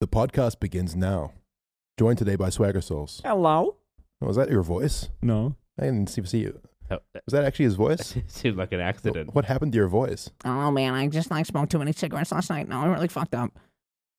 The podcast begins now. Joined today by Swagger Souls. Hello. Oh, is that your voice? No. I didn't see, see you. Oh, that Was that actually his voice? seemed like an accident. What happened to your voice? Oh man, I just like smoked too many cigarettes last night. No, I really fucked up.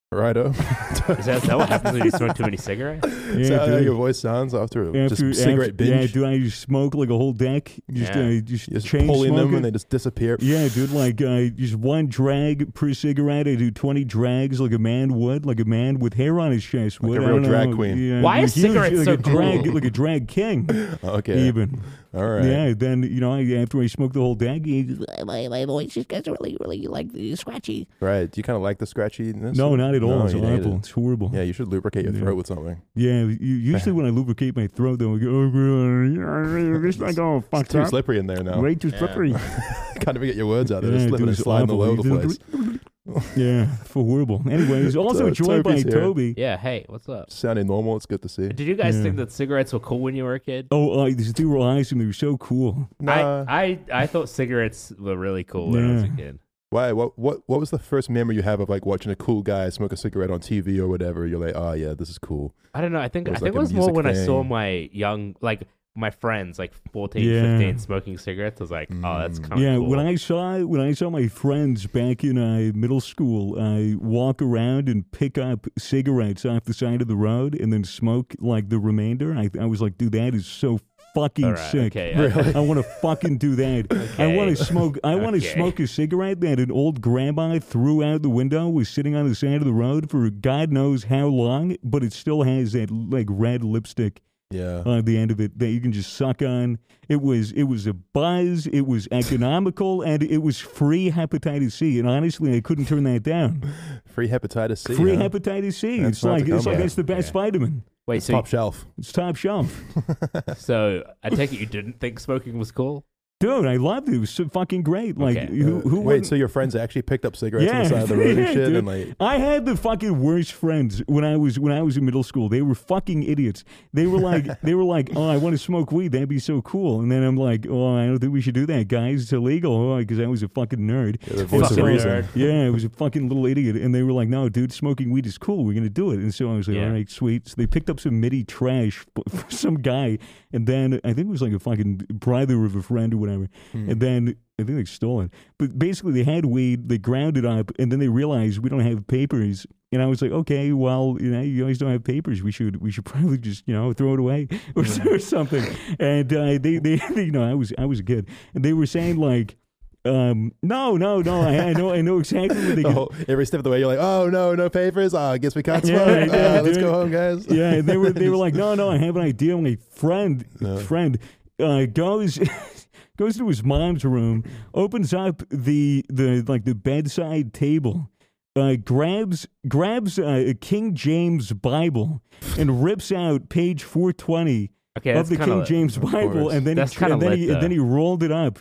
Righto. Is that, is that what happens when you smoke too many cigarettes? Is that how dude. your voice sounds after After- just cigarette after- Yeah, binge? dude, I just smoke like a whole deck. Just, Yeah. uh, just, You're just chain pulling them smoking. and they just disappear. yeah, dude, like uh, just one drag per cigarette. I do twenty drags, like a man would, like a man with hair on his chest Like would. a I real don't drag know. queen. Yeah, Why are huge, cigarettes like so a drag, cool? Like a drag king, Okay. even. All right. Yeah, then you know, I- after I smoke the whole dag, you- My, my voice just gets really, really like scratchy. Right. Do you kind of like the scratchiness? no, not at all. No, it's you hate horrible. it. It's horrible. Yeah, you should lubricate your Yeah. throat with something. Yeah, you, usually when I lubricate my throat, though, I go, oh, it's like all It's fucked too up. slippery in there now. Way too slippery. Can't even get your words out. They're Yeah, just dude, slipping and it's sliding all over awful. the place. Yeah, for horrible. Anyways, also So, joined by Toby's here. Toby. Yeah, hey, what's up? Sounding normal. It's good to see. Did you guys Yeah. think that cigarettes were cool when you were a kid? Oh, uh, these two were awesome. They were so cool. Nah. I, I, I thought cigarettes were really cool when I was a Yeah. kid. Why? What? What? What was the first memory you have of like watching a cool guy smoke a cigarette on TV or whatever? You're like, oh yeah, this is cool. I don't know. I think It I was think like a it was more music when I saw thing. my young like my friends like 14, Yeah. 15 smoking cigarettes. I was like, oh, that's Mm. kind of yeah, cool. when I saw when I saw my friends back in uh, middle school, I walk around and pick up cigarettes off the side of the road and then smoke like the remainder. I, I was like, dude, that is so fucking All right, sick. okay, Really? I want to fucking do that. I want Okay. to smoke. I want to Okay. smoke a cigarette that an old grandma threw out the window. Was sitting on the side of the road for God knows how long, but it still has that like red lipstick Yeah. on uh, the end of it that you can just suck on. It was it was a buzz. It was economical, and it was free hepatitis C. And honestly, I couldn't turn that down. Free hepatitis C. free huh? hepatitis C. That's it's not like to it's come like by. that's the best Yeah. vitamin. Wait, so, Top shelf. It's top shelf, so I take it you didn't think smoking was cool? dude. I loved it. It was so fucking great. Like Okay. who who Uh, Wait, wouldn't- so your friends actually picked up cigarettes on the side of the road and yeah, shit, dude. and like, I had the fucking worst friends when I was when I was in middle school. They were fucking idiots. They were like they were like, "Oh, I want to smoke weed. That'd be so cool." And then I'm like, "Oh, I don't think we should do that, guys. It's illegal." because I was a fucking nerd. the voice of Fucking reason. nerd. Yeah, I was a fucking little idiot. And they were like, "No, dude, smoking weed is cool. We're gonna do it." And so I was like, Yeah. "All right, sweet." So they picked up some MIDI trash for some guy, and then I think it was like a fucking brother of a friend or whatever. And then I think they stole it. But basically, they had weed, they ground it up, and then they realized we don't have papers. And I was like, okay, well, you know, you guys don't have papers. We should, we should probably just, you know, throw it away or, or something. And uh, they, they, they, you know, I was, I was a kid, and they were saying like, um, no, no, no, I, I know, I know exactly what The they. could- whole- every step of the way, you're like, oh no, no papers. Oh, I guess we can't Yeah, smoke. yeah, Uh, let's dude. go home, guys. yeah, and they were they were like, no, no, I have an idea. My friend, No. friend, uh, goes goes to his mom's room, opens up the the like the bedside table, uh, grabs grabs uh, a King James Bible and rips out page four twenty Okay, of that's the kind King James Bible, course. and then That's he, tra- kinda and then, lit, he, and then though. he rolled it up,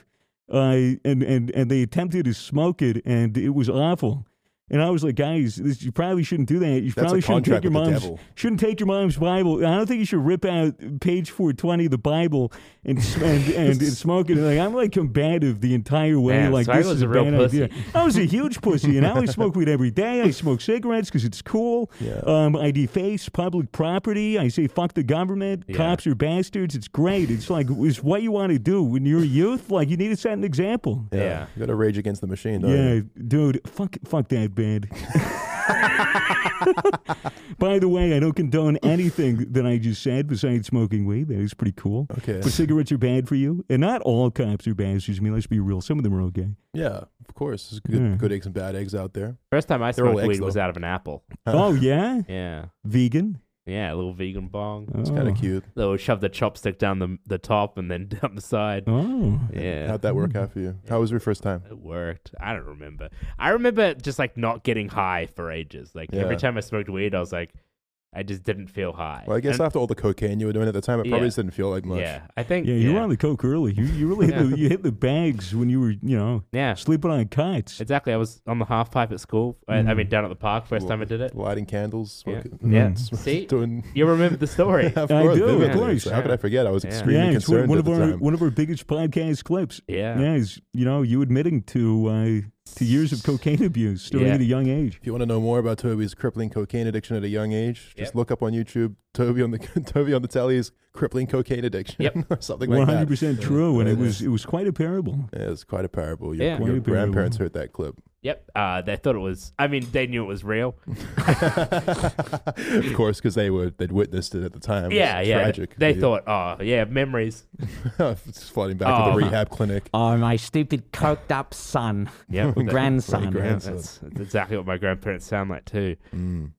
uh, and and and they attempted to smoke it, and it was awful. And I was like, guys, this, you probably shouldn't do that. You That's probably a shouldn't contract take your with the mom's devil. shouldn't take your mom's Bible. I don't think you should rip out page four twenty of the Bible and s- and, and, and smoke it. And like I'm like combative the entire way. Man, like so I this was is a real bad pussy. idea. I was a huge pussy, and I only smoke weed every day. I smoke cigarettes because it's cool. Yeah. Um, I deface public property. I say fuck the government. Yeah. Cops are bastards. It's great. It's like it's what you want to do when you're a youth. Like you need to set an example. yeah. Yeah. You got to rage against the machine, don't Yeah, you? dude, fuck, fuck that band. By the way, I don't condone anything that I just said besides smoking weed. That is pretty cool. Okay. But cigarettes are bad for you, and not all cops are bastards. I mean, let's be real. Some of them are okay. Yeah, of course. There's good, Yeah. good eggs and bad eggs out there. First time I They're all smoked eggs, weed was though. out of an apple. Uh. Oh yeah, Yeah, vegan. yeah, a little vegan bong. Oh. It's kind of cute. They'll shove the chopstick down the the top and then down the side. Oh, Yeah. How'd that work out for you? How was your first time? It worked. I don't remember. I remember just like not getting high for ages. Like every Yeah. time I smoked weed, I was like, I just didn't feel high. Well, I guess And- after all the cocaine you were doing at the time, it probably Yeah. just didn't feel like much. yeah, I think yeah. You were on the coke early. You you really hit the, you hit the bags when you were you know yeah, sleeping on cots. exactly. I was on the half pipe at school. I, I mean, down at the park first time I did it. Lighting candles, Yeah. smoking. Hmm. Yeah. sm- See? doing. You remember the story? of I course, do, of vividly. course. So How could I forget? I was Yeah. extremely yeah, it's one, concerned one at of the our time. one of our biggest podcast clips. yeah. Yeah, is you know you admitting to uh, to years of cocaine abuse starting Yeah. at a young age. If you want to know more about Toby's crippling cocaine addiction at a young age, just look up on YouTube Toby on the Toby on the telly's crippling cocaine addiction Yep. or something like One that. hundred percent true, and Yeah. it was it was quite a parable. Yeah, it's quite a parable. Your, Yeah. your Quite a parable. grandparents heard that clip. Yep. Uh, they thought it was. I mean, they knew it was real. of course, because they were they'd witnessed it at the time. It was yeah, yeah. tragic. They thought, oh, yeah, memories. It's flooding back to Oh. the rehab clinic. Oh, my stupid coked up son. Yeah, Or grandson. Right, grandson. That's, that's exactly what my grandparents sound like too. Mm.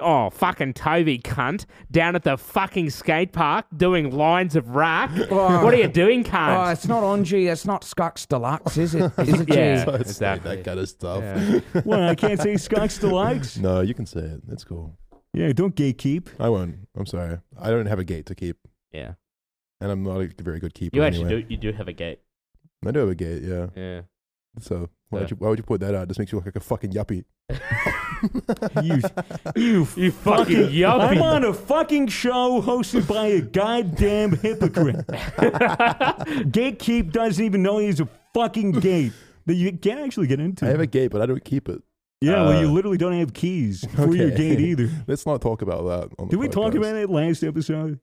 oh, fucking Toby cunt down at the fucking skate park doing lines of rack. Oh. What are you doing, Oh, cunt? it's not Angie. It's not Scux Deluxe, is it? Is it G? Yeah. So it's like exactly. that kind of stuff. Yeah. well, I can't say Scott's delights. No, you can say it. It's cool. Yeah, don't gatekeep. I won't. I'm sorry. I don't have a gate to keep, yeah. and I'm not a very good keeper. You anyway. actually do. You do have a gate. I do have a gate. Yeah. Yeah. So why, Yeah. would you, why would you put that out? It just makes you look like a fucking yuppie. You, you, You fucking yuppie. I'm on a fucking show hosted by a goddamn hypocrite. Gatekeep doesn't even know he has a fucking gate that you can't actually get into. I have a gate, but I don't keep it. yeah, well, you uh, literally don't have keys for your Okay. gate either. Let's not talk about that. On the Did we talk podcast. about it last episode?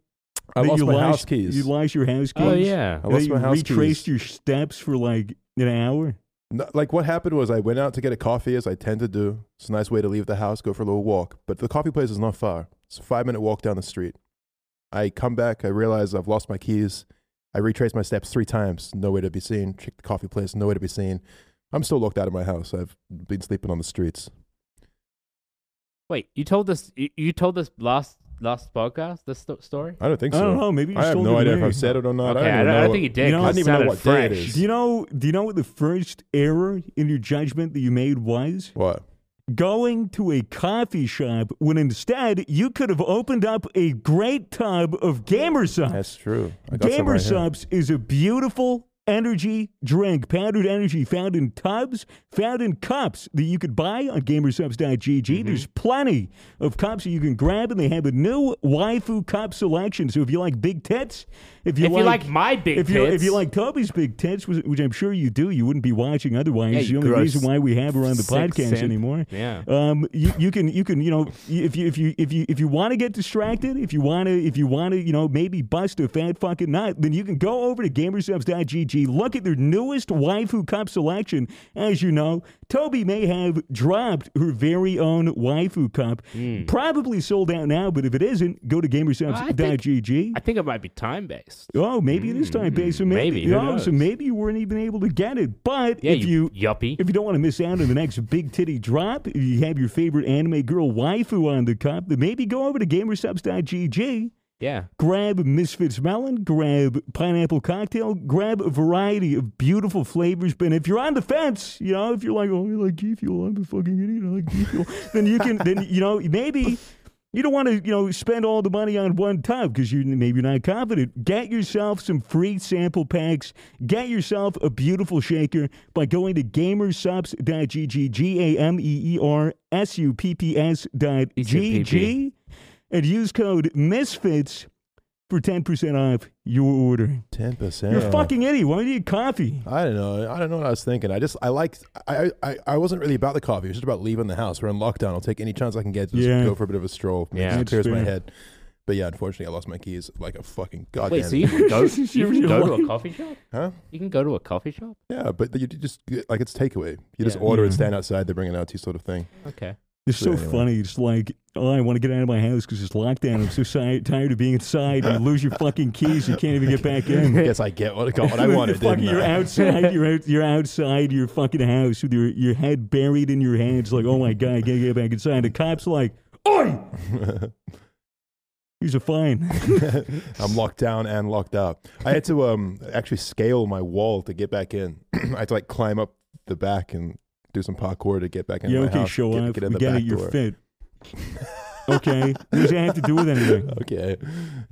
I That lost you my lost- house keys. You lost your house keys. Oh yeah. I And then lost you my house retraced keys. your steps for like an hour. No, like what happened was I went out to get a coffee, as I tend to do. It's a nice way to leave the house, go for a little walk. But the coffee place is not far. It's a five minute walk down the street. I come back, I realize I've lost my keys. I retrace my steps three times, nowhere to be seen. Check the coffee place, nowhere to be seen. I'm still locked out of my house. I've been sleeping on the streets. Wait, you told this. You, you told this last last podcast. This sto- story. I don't think I so. don't know, maybe you I have stole no it idea if away. I've said it or not. okay, I don't, even I, know don't what- think you did. You know, 'cause I it didn't even know sounded what day it fresh. is. Do you know? Do you know what the first error in your judgment that you made was? What? Going to a coffee shop when instead you could have opened up a great tub of Gamer Subs. That's true. I got some Gamer right here. Subs is a beautiful energy drink, powdered energy found in tubs, found in cups that you could buy on gamersubs.gg. Mm-hmm. There's plenty of cups that you can grab, and they have a new waifu cup selection. So if you like big tits, if you If like, you like my big if you, if tits. you like Toby's big tits, which which I'm sure you do, you wouldn't be watching otherwise. Yeah, It's the you only gross reason why we have her on the sick podcast simp. anymore. Yeah. Um, you, you can you can you know if you if you if you if you want to get distracted, if you want to if you want to you know maybe bust a fat fucking nut, then you can go over to gamersubs.gg, look at their newest waifu cup selection. As you know, Toby may have dropped her very own waifu cup, Hmm. probably sold out now. But if it isn't, go to gamersubs.gg. I think it might be time based. Oh, maybe it is time based. So maybe, maybe, who oh, knows? so maybe you weren't even able to get it. But Yeah, if you, yuppie. if you don't want to miss out on the next big titty drop, if you have your favorite anime girl waifu on the cup, then maybe go over to gamersubs.gg, yeah. grab Misfits Melon, grab Pineapple Cocktail, grab a variety of beautiful flavors. But if you're on the fence, you know, if you're like, oh, I like G Fuel, I'm a fucking idiot, I like G Fuel, then you can, then, you know, maybe. You don't want to, you know, spend all the money on one tub because you maybe you're not confident. Get yourself some free sample packs. Get yourself a beautiful shaker by going to gamersubs.gg, G A M E E R S U P P S dot G G, and use code Misfits for ten percent off your order. Ten percent. You're a fucking idiot. Why do you need coffee? I don't know. I don't know what I was thinking. I just I liked. I I, I wasn't really about the coffee. It was just about leaving the house. We're in lockdown. I'll take any chance I can get. to Just Yeah. go for a bit of a stroll. Yeah. Yeah, it That's clears my fair. head. But yeah, unfortunately, I lost my keys like a fucking goddamn. Wait, so you can go, you You're- can you're go to lying. a coffee shop? Huh? You can go to a coffee shop? Yeah, but you just like it's takeaway. You just Yeah. order and Yeah. stand outside. They bring it out to you, sort of thing. Okay. It's so Anyway. funny. It's like, oh, I want to get out of my house because it's lockdown. I'm so si- tired of being inside. You lose your fucking keys. You can't even get back in. Guess I get what I got. What I You're wanted. fucking- didn't you're I? outside. You're out, you're outside your fucking house with your your head buried in your hands. Like, oh my god, I gotta get back inside. The cops like, oi, here's a fine. I'm locked down and locked out. I had to um actually scale my wall to get back in. I had to like climb up the back and do some parkour to get back in. yeah, my okay, house, show get, off. Get in we the get back it. You're door. fit. okay, what does that have to do with anything? Okay.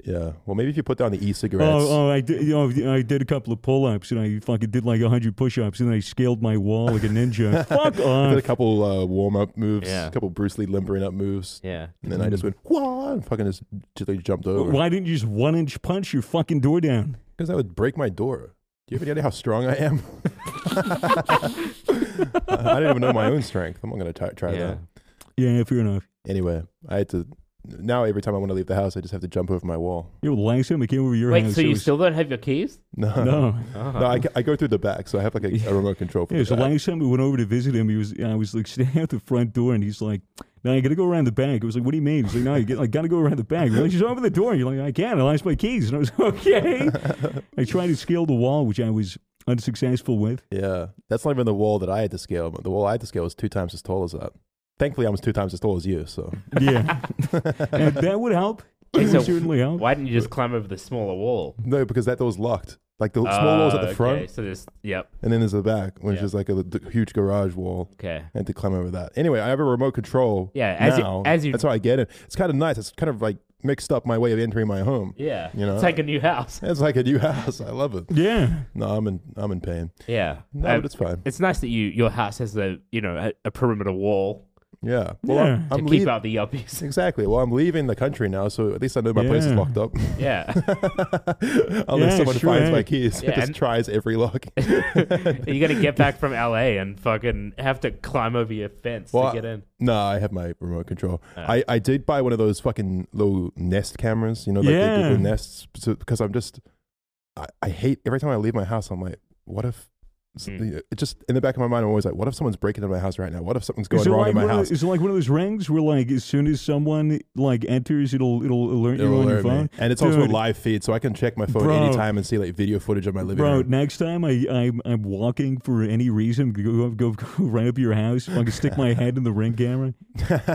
Yeah. Well, maybe if you put down the e-cigarettes. Oh, oh, I did. You know, I did a couple of pull-ups, and I fucking did like hundred push-ups, and then I scaled my wall like a ninja. Fuck I did a off. couple uh, warm-up moves, Yeah. a couple Bruce Lee limbering up moves, Yeah. and then I Mm. just went whoa and fucking just, just like, jumped over Why didn't you just one-inch punch your fucking door down? because I would break my door. you have any idea how strong I am? I didn't even know my own strength. I'm not going to try yeah. that. Yeah, fair enough. Anyway, I had to. Now every time I want to leave the house, I just have to jump over my wall. Yo, last time I came over your Wait, house, so it you was- still don't have your keys? No, no. Uh-huh. no, I, I go through the back, so I have like a, a remote control for Yeah, so the back. last time we went over to visit him, he was I was like standing at the front door, and he's like, "No, you got to go around the back." I was like, "What do you mean?" He's like, "No, you get, like, got to go around the back." Well, she's over the door. And you're like, "I can't. I lost my keys." And I was like, okay. I tried to scale the wall, which I was unsuccessful with. Yeah, that's not even the wall that I had to scale. But the wall I had to scale was two times as tall as that. Thankfully, I was two times as tall as you, so Yeah, And that would help. It so would certainly help. Why didn't you just climb over the smaller wall? no, because that door's locked. Like the small wall's at Oh, Ah, the front, Okay, so there's yep. and then there's the back, which Yeah. is like a d- huge garage wall. Okay. and to climb over that. Anyway, I have a remote control. Yeah, as you- now. as you- that's how I get it. It's kind of nice. It's kind of like mixed up my way of entering my home. Yeah. You know? It's like a new house. It's like a new house. I love it. Yeah, No, I'm in. I'm in pain. Yeah. No, Um, but it's fine. it's nice that you your house has a you know a, a perimeter wall Yeah. Well, I'm- Yeah. I'm, to keep leaving. out the yuppies. Exactly. Well, I'm leaving the country now, so at least I know my place is Yeah. locked up. Yeah. Unless Yeah, someone sure, finds eh? my keys, Yeah, just and- tries every lock. You're gonna get back from LA and fucking have to climb over your fence Well, to get in. No, I have my remote control. I, I did buy one of those fucking little Nest cameras, you know, like the Yeah. Google Nests, so, because I'm just, I, I hate every time I leave my house. I'm like, what if? s- Hmm. Mm. It just in the back of my mind, I'm always like, what if someone's breaking into my house right now? What if something's is going it wrong like in my one of house? the- is it like one of those rings where, like, as soon as someone like enters, it'll it'll alert It'll you on your alert me. phone. And it's also a Dude. live feed, so I can check my phone Bro. anytime and see like video footage of my living Bro, room. next time I, I'm, I'm walking for any reason, go, go, go right up to your house. I can stick my head in the ring camera.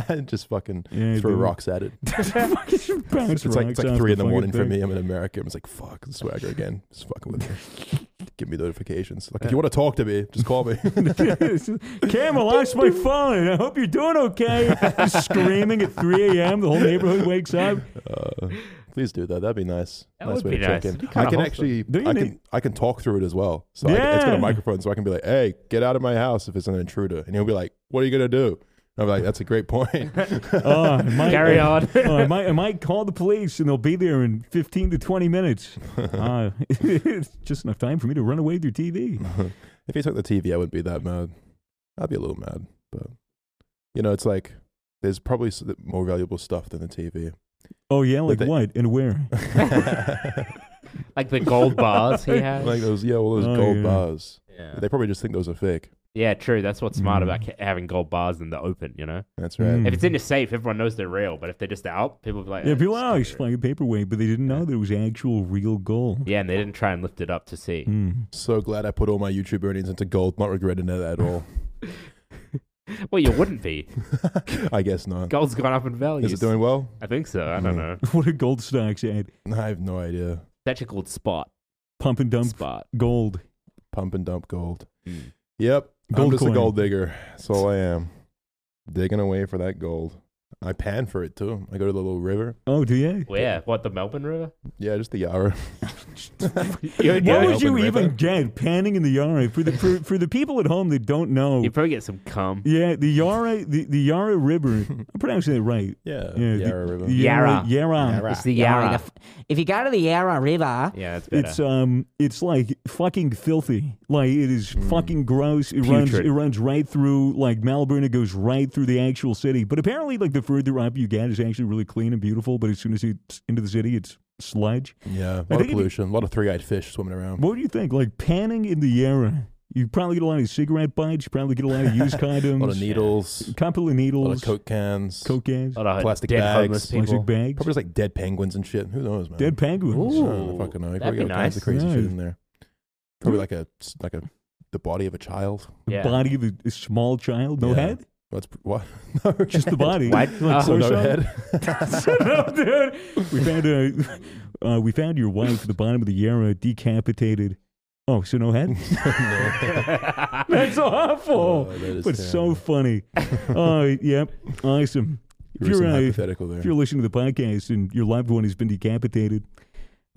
and just fucking Yeah, throw dude. rocks at it. Fucking just bounce It's like it's rocks like off three in the fucking morning for thing. me. I'm in America. I'm just like, fuck, swagger again. Just fucking with me. Give me notifications. Like if you want to talk to me, just call me. Cam, I lost my phone. I hope you're doing okay. Just Screaming at 3 a.m. The whole neighborhood wakes up. Uh, please do that. That'd be nice. That nice would way be to nice. check It'd be in. I kinda can wholesome. actually, Don't you I can, need- I can talk through it as well. So I can, it's got a Yeah. microphone, so I can be like, "Hey, get out of my house if it's an intruder," and he'll be like, "What are you gonna do?" And I'm like, "That's a great point." Oh, I might, Carry on. oh, I, might, I might call the police and they'll be there in 15 to 20 minutes. Um, Uh, it's just enough time for me to run away through TV. if he took the TV, I wouldn't be that mad. I'd be a little mad, but you know, it's like there's probably s- more valuable stuff than the TV. Oh, yeah? Like they- what and where? like the gold bars he has. like those, yeah, all those Oh, gold yeah. bars. yeah. They probably just think those are fake. yeah, true. That's what's smart Mm. Hmm. about ca- having gold bars in the open, you know? That's right. Mm. If it's in a safe, everyone knows they're real, but if they're just out, people be like, Yeah, "Eh, people it's are just- like a paperweight, but they didn't know there was actual real gold. Yeah, and they didn't try and lift it up to see. Hmm. So glad I put all my YouTube earnings into gold. Not regretting it at all. Mm. Well, you wouldn't be. I guess not. Gold's gone up in value. Is it doing well? I think so. I Mm-hmm. don't Mm. know. What a gold stocks at I have no idea. It's actually called spot. pump and dump Spot. gold. Pump and dump gold. Mm. Yep. I'm Gold just coin. a gold digger. That's all I am. Digging away for that gold. I pan for it too. I go to the little river. Oh, do you? Where? What, the Melbourne River? Yeah, just the Yarra. You're, What Yeah, would you open river. even get panning in the Yarra for the for, for the people at home that don't know? you probably get some cum. Yeah, the Yarra, the, the Yarra River. I'm pronouncing it right. Yeah, Yeah, the- Yarra River. The Yarra, Yarra. Yarra. Yarra. It's the Yarra. Yarra. the f- If you go to the Yarra River, Yeah, that's better. It's um, it's like fucking filthy. Like it is Hmm. fucking gross. It runs, Putrid. it runs right through like Melbourne. It goes right through the actual city. But apparently, like the further up you get, is actually really clean and beautiful. But as soon as it's into the city, it's sludge. Yeah, a lot think of if you- pollution, a lot of three-eyed fish swimming around. What do you think? Like panning in the Yarra, you probably get a lot of cigarette bites. You probably get a lot of used a condoms, lot of needles, couple of a lot of needles, coke cans, coke cans, a lot of plastic dead bags, homeless plastic people. bags, probably just like dead penguins and shit. Who knows, man? dead penguins. I Ooh. don't fucking know. You That'd probably be got all nice. kinds of crazy shit Yeah. in there. Probably like a like a the body of a child. The Yeah. body of a, a small child, no Yeah. head, What's what? No, just the body. What? Like Oh, so no torso? head. no, "Oh, dude. We found uh, uh, we found your wife at the bottom of the Yarra, decapitated. Oh, so no head? That's awful. Oh, that is but so terrible. funny. Oh, yep. Awesome. You were some You're, uh, hypothetical there. If you're listening to the podcast and your loved one has been decapitated,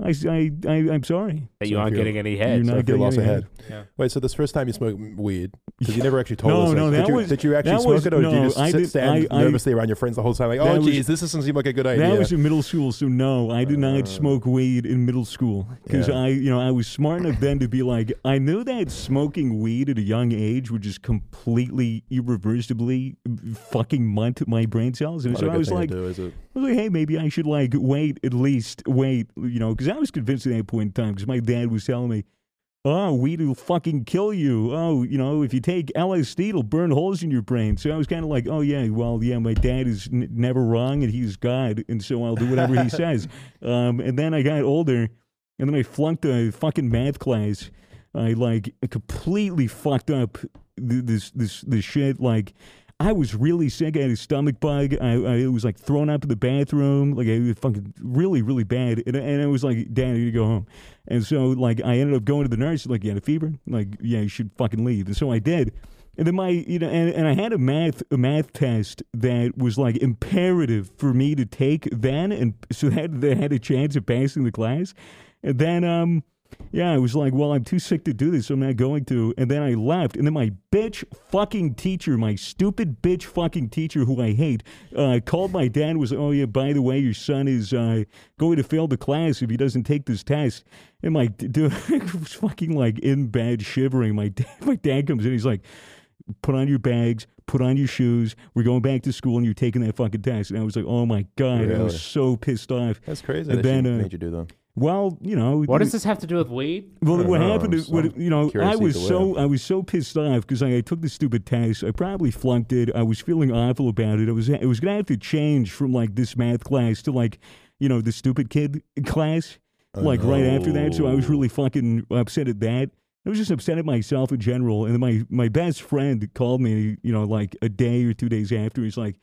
I, s- I, I, am sorry. that So you if aren't you're- getting any you're heads. not So if you getting lost a any head. Yeah. Wait, so this first time you smoked weed, because you never actually told No, us. no, did, that you, was- did you actually that smoke was- it, or did no, you just I sit, did- stand I- I- nervously around your friends the whole time, like, That "Oh, was- geez, this doesn't seem like a good idea." That was in middle school, so no, I did Uh, not smoke weed in middle school because yeah. I, you know, I was smart enough then to be like, I knew that smoking weed at a young age would just completely irreversibly fucking munt my brain cells, and Not a so I good was thing to like, do, is it? I was like, hey, maybe I should like wait at least wait, you know, because I was convinced at that point in time because my dad was telling me, oh, weed will fucking kill you. Oh, you know, if you take LSD, it'll burn holes in your brain. So I was kind of like, oh yeah, well yeah, my dad is n- never wrong and he's God, and so I'll do whatever he says. Um, and then I got older, and then I flunked a fucking math class. I like completely fucked up th- this this this shit. Like I was really sick. I had a stomach bug. I, I was like thrown up in the bathroom. Like I was fucking really really bad. And, and I was like, Dad, I need to go home. And so like I ended up going to the nurse. Like you had a fever. Like yeah, you should fucking leave. And so I did. And then my, you know, and, and I had a math a math test that was like imperative for me to take then, and so that they had a chance of passing the class. And then, um, yeah, I was like, well, I'm too sick to do this, so I'm not going to. And then I left. And then my bitch fucking teacher, my stupid bitch fucking teacher who I hate, uh, called my dad. and Was oh yeah, by the way, your son is uh, going to fail the class if he doesn't take this test. And my d- dude was fucking like in bed shivering. My dad, my dad comes in. He's like put on your bags, put on your shoes. We're going back to school, and you're taking that fucking test. And I was like, oh my god, I Really? was so pissed off. That's crazy. And that she then, uh, made you do that. Well, you know, What does this have to do with weed? well, I don't what know, happened is, I'm what, Uh-huh. so you know, curious I either was way. so I was so pissed off because I, I took the stupid test. I probably flunked it. I was feeling awful about it. I was I was gonna have to change from like this math class to like, you know, the stupid kid class, like right after that. So I was really fucking upset at that. I was just upset at myself in general. And then my my best friend called me, you know, like a day or two days after. He's like,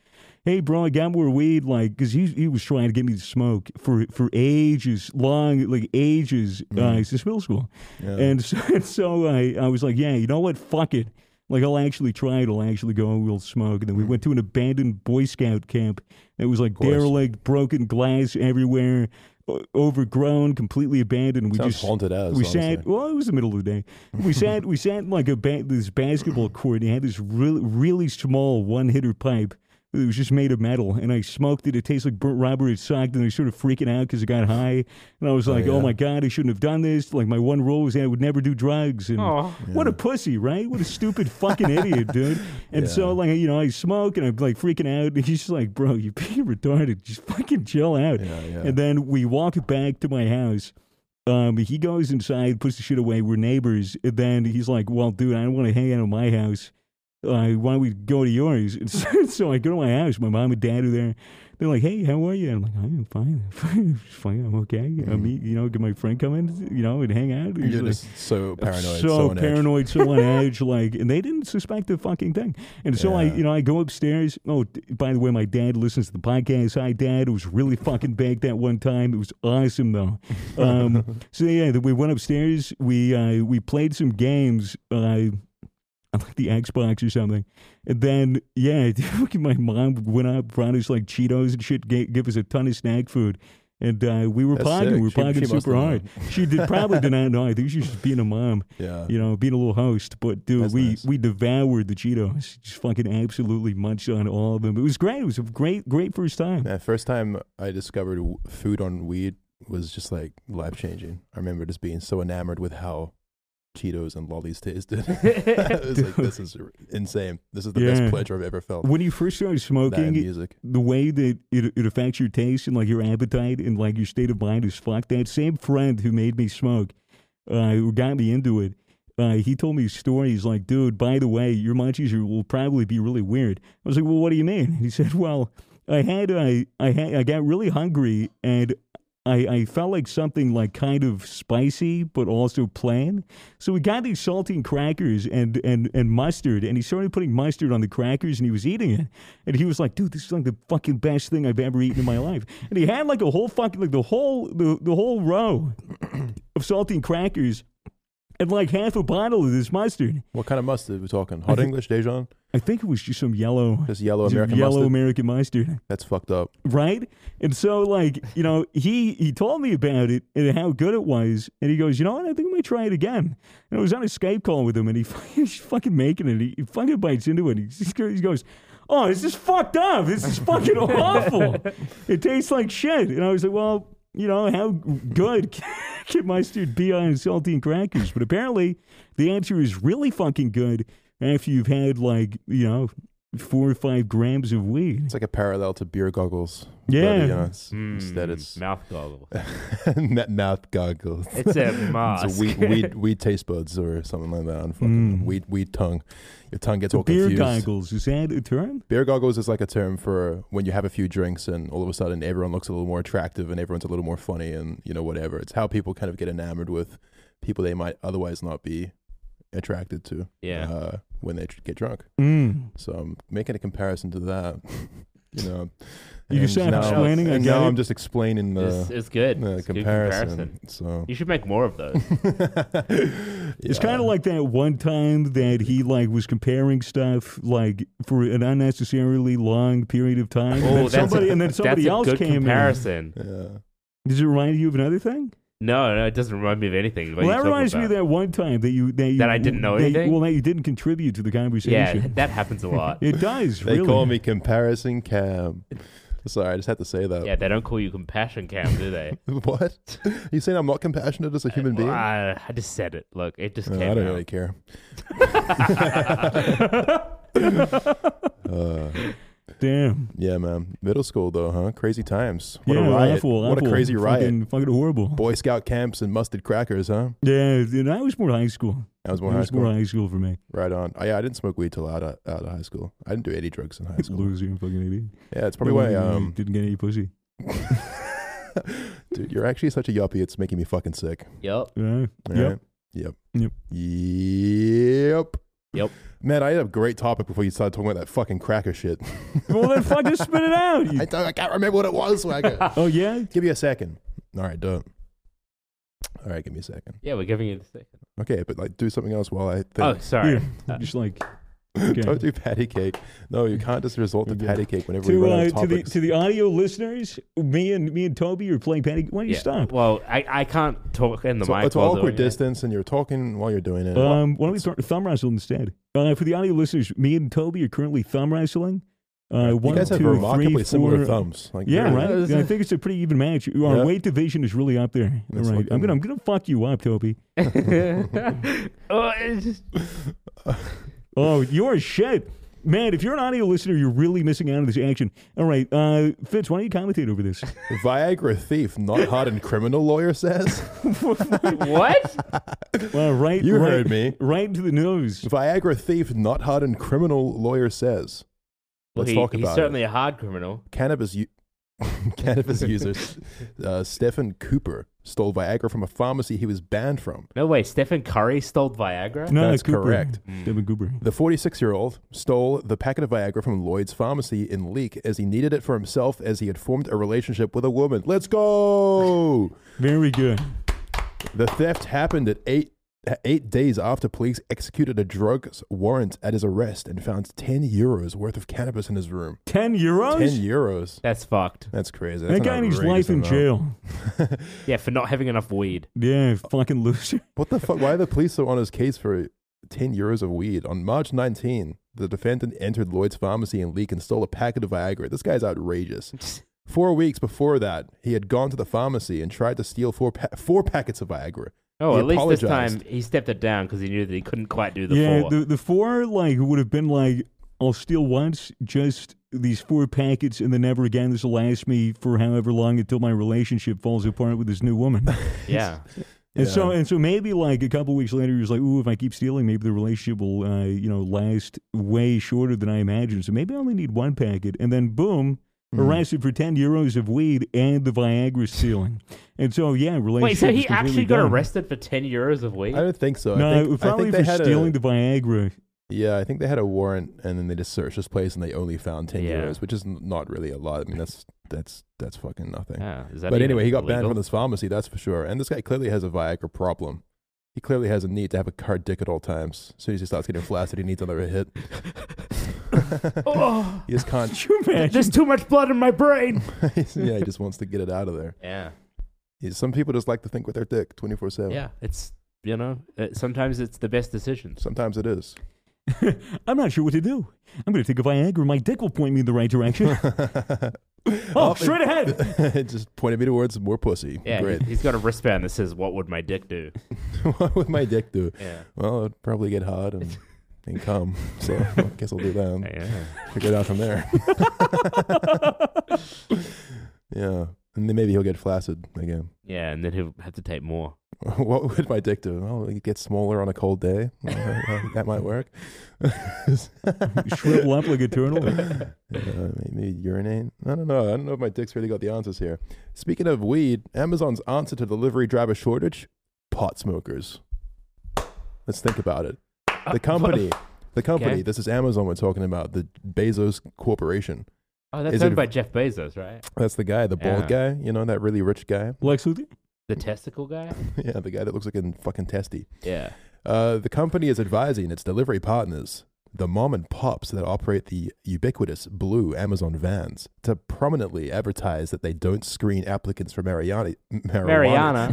hey bro i got more weed like because he, he was trying to get me to smoke for for ages long like ages uh, since middle school Mm-hmm. Yeah. and so, and so I, I was like yeah you know what fuck it like i'll actually try it i'll actually go and we'll smoke and then we went to an abandoned boy scout camp it was like Mm. course. derelict broken glass everywhere o- overgrown completely abandoned we Sounds just haunted as. we honestly. sat. Well, it was the middle of the day. We sat. We sat in like a ba- this basketball court. And it had this really really small one hitter pipe. It was just made of metal, and I smoked it. It tasted like burnt rubber. It sucked, and I was sort of freaking out because it got high. And I was like, "Oh, yeah. my god, I shouldn't have done this!" Like my one rule was that I would never do drugs. And Oh. what a pussy, right? What a stupid fucking idiot, dude. And so, like, you know, I smoke and I'm like freaking out. And he's just like, "Bro, you're being retarded. Just fucking chill out." Yeah, yeah. And then we walk back to my house. Um, he goes inside, puts the shit away. We're neighbors. And then he's like, "Well, dude, I don't want to hang out at my house. Uh, why don't we go to yours?" And so, so I go to my house. My mom and dad are there. They're like, "Hey, how are you?" I'm like, "I'm fine. fine. fine. I'm okay. I meet, you know, can my friend come in, you know, and hang out?" And he's Mm. You're like, just so paranoid. so, on edge. paranoid, so on edge. Like, and they didn't suspect a fucking thing. And so I, Yeah. you know, I go upstairs. Oh, d- by the way, my dad listens to the podcast. Hi, Dad. It was really fucking big that one time. It was awesome though. Um, so yeah, then we went upstairs. We uh, we played some games. Uh, on, like the Xbox or something. And then, yeah, my mom went up, brought us like Cheetos and shit, gave, give us a ton of snack food. And uh, we were That's pogging, we were sick. She- pogging she must super have hard. She did probably did not know. I think she was just being a mom, Yeah. you know, being a little host. But dude, That's we nice. we devoured the Cheetos, just fucking absolutely munched on all of them. It was great. It was a great, great first time. Man, first time I discovered w- food on weed was just like life changing. I remember just being so enamored with how Cheetos and lollies tasted. it was like this is r- insane. This is the Yeah. best pleasure I've ever felt. When you first started That and smoking, music. the way that it, it affects your taste and like your appetite and like your state of mind is fucked. That same friend who made me smoke, uh, who got me into it, uh, he told me stories like, dude, by the way, your munchies are- will probably be really weird. I was like, well, what do you mean? He said, well, I had I I had I got really hungry and I, I felt like something like kind of spicy but also plain. So we got these saltine crackers and, and, and mustard, and he started putting mustard on the crackers and he was eating it. And he was like, dude, this is like the fucking best thing I've ever eaten in my life. And he had like a whole fucking like the whole the, the whole row of saltine crackers and like half a bottle of this mustard. What kind of mustard are we talking? Hot think- English, Dijon? I think it was just some yellow, Just yellow just American yellow mustard? American mustard, That's fucked up. right? And so, like, you know, he he told me about it and how good it was, and he goes, you know what? I think I might try it again. And I was on a Skype call with him, and he he's fucking making it. He, he fucking bites into it. He, just goes- he goes. Oh, this is fucked up. This is fucking awful. It tastes like shit. And I was like, well, you know, how good can mustard be on saltine crackers? But apparently, the answer is really fucking good after you've had like you know four or five grams of weed. It's like a parallel to beer goggles. Yeah. But, you know, it's, Hmm. instead, Mm, it's mouth goggles. net mouth goggles. It's a Ah, mask. It's a weed, weed, weed taste buds or something like that. On fucking Mm. weed, weed tongue. Your tongue gets all Beer confused. goggles is that a term? Beer goggles is like a term for when you have a few drinks and all of a sudden everyone looks a little more attractive and everyone's a little more funny and you know whatever. It's how people kind of get enamored with people they might otherwise not be attracted to Yeah. uh, when they tr- get drunk. Mm. So I'm making a comparison to that. you know, You just and started now- explaining, I and get now it. I'm just explaining it's, the, it's good. the It's a good comparison. So You should make more of those. It's kind uh, of like that one time that he like was comparing stuff like for an unnecessarily long period of time. Oh, and then that's a- somebody and then somebody That's a else good came comparison. Yeah. in. Does it remind you of another thing? No, no, it doesn't remind me of anything. What well, you're that talking reminds me about. of that one time that you that, you, That I didn't know that you- anything? well, that you didn't contribute to the Yeah, conversation. that happens a lot. it does. They really. call me comparison cam. Sorry, I just had to say that. yeah, they don't call you compassion cam, do they? What? you saying I'm not compassionate as a human being? Well, I, I just said it. Look, it just No, came I don't out. really care. Uh, Damn. yeah, man. Middle school though, huh? Crazy times. What yeah, a riot! awful, what awful. a crazy riot! Fucking, fucking horrible. Boy Scout camps and mustard crackers, huh? Yeah, and I was more high school. That was It more high was school. more high school for me. Right on. Oh, yeah, I didn't smoke weed till out of, out of high school. I didn't do any drugs in high school. Loser, fucking idiot. Yeah, it's probably No why. wonder you Um, didn't get any pussy. dude, you're actually such a yuppie. It's making me fucking sick. Yep. Yeah. All Yep. right? Yep. Yep. Yep. Yep. Man, I had a great topic before you started talking about that fucking cracker shit. well, then fucking spit it out. you- I, don't, I can't remember what it was. Swagger. oh yeah. give me a second. All right, don't. All right, give me a second. Yeah, we're giving you the second. Okay, but like do something else while I Oh, think. sorry. Yeah, Uh, just like okay. don't do patty cake. No, you can't just resort to Okay. patty cake whenever we to run out uh, of to the topics. to the audio listeners, me and me and Toby are playing patty. Why don't you yeah. stop? Well, I, I can't talk in the it's, mic. it's while awkward doing it. distance, and you're talking while you're doing it. Um, why don't we th- thumb wrestle instead? Uh, for the audio listeners, me and Toby are currently thumb wrestling. Uh, you one, guys have two, remarkably three, similar four- thumbs. Like, Yeah, really. right. Yeah, I think it's a pretty even match. Our Yeah. weight division is really up there. It's right. looking- I'm gonna I'm gonna fuck you up, Toby. oh, it's just, Oh, you're shit. Man, if you're an audio listener, you're really missing out on this action. All right, uh, Fitz, why don't you commentate over this? Viagra thief, not hardened criminal lawyer says. what? Well, right, You right- heard me. right into the nose. Viagra thief, not hardened criminal lawyer says. Well, Let's he, talk he's about it. certainly a hard criminal. cannabis u- cannabis user uh, Stephen Cooper stole Viagra from a pharmacy he was banned from. No way. Stephen Curry stole Viagra. No, That's Cooper. correct. Devin Cooper. The 46 year old stole the packet of Viagra from Lloyd's pharmacy in Leek as he needed it for himself as he had formed a relationship with a woman. Let's go! Very good. the theft happened at eight. Eight days after police executed a drugs warrant at his arrest and found 10 euros worth of cannabis in his room. Ten euros. 10 euros? That's fucked. That's crazy. That's that an guy needs outrageous life in amount. jail. Yeah, for not having enough weed. Yeah, fucking loser. What the fuck? Why are the police so on his case for 10 euros of weed? On March 19, the defendant entered Lloyd's pharmacy in Leek and stole a packet of Viagra. This guy's outrageous. Four weeks before that, he had gone to the pharmacy and tried to steal four, pa- four packets of Viagra. Oh, He at least this apologized. time he stepped it down because he knew that he couldn't quite do the yeah, four. the the four like would have been like, I'll steal once, just these four packets, and then never again. This will last me for however long until my relationship falls apart with this new woman. yeah. And so, Yeah. and so maybe like a couple weeks later, he was like, "Ooh, if I keep stealing, maybe the relationship will, uh, you know, last way shorter than I imagined. So maybe I only need one packet." And then, boom, Hmm. arrested for ten euros of weed and the Viagra stealing. and so, yeah, relationship. Wait, so is he completely actually got gone. arrested for 10 euros of weed? I don't think so. I No, think, I probably think they for had stealing a, the Viagra. Yeah, I think they had a warrant and then they just searched this place and they only found 10 Yeah. euros, which is n- not really a lot. I mean, that's that's that's fucking nothing. Yeah, is that But even anyway, he got banned illegal? from this pharmacy, that's for sure. And this guy clearly has a Viagra problem. He clearly has a need to have a hard dick at all times. As soon as he starts getting flaccid, he needs another hit. Oh, He just can't. Could you imagine? there's too much blood in my brain. yeah, he just wants to get it out of there. Yeah. He's- Some people just like to think with their dick 24 7. Yeah. It's, you know, it, sometimes it's the best decisions. Sometimes it is. I'm not sure what to do. I'm going to take a Viagra. My dick will point me in the right direction. oh, Up straight ahead. it just pointed me towards more pussy. Yeah. Great. He's got a wristband that says, What would my dick do? what would my dick do? Yeah. Well, it'd probably get hard and, and come. So I guess I'll do that. and Yeah. Figure it out from there. yeah. And then maybe he'll get flaccid again. Yeah. And then he'll have to take more. What would my dick do? Oh, it gets smaller on a cold day. Uh, uh, that might work. Shrivel up like a turtle. Uh, maybe urinate. I don't know. I don't know if my dick's really got the answers here. Speaking of weed, Amazon's answer to the delivery driver shortage: pot smokers. Let's think about it. Oh, The company, the company. Okay. This is Amazon we're talking about. The Bezos Corporation. Oh, that's Is owned it- by Jeff Bezos, right? That's the guy, the bald guy. You know that really rich guy. Lex Luthor? The testicle guy? yeah, the guy that looks like a fucking testy. Yeah. Uh, the company is advising its delivery partners, the mom and pops that operate the ubiquitous blue Amazon vans, to prominently advertise that they don't screen applicants for marijuana, marijuana,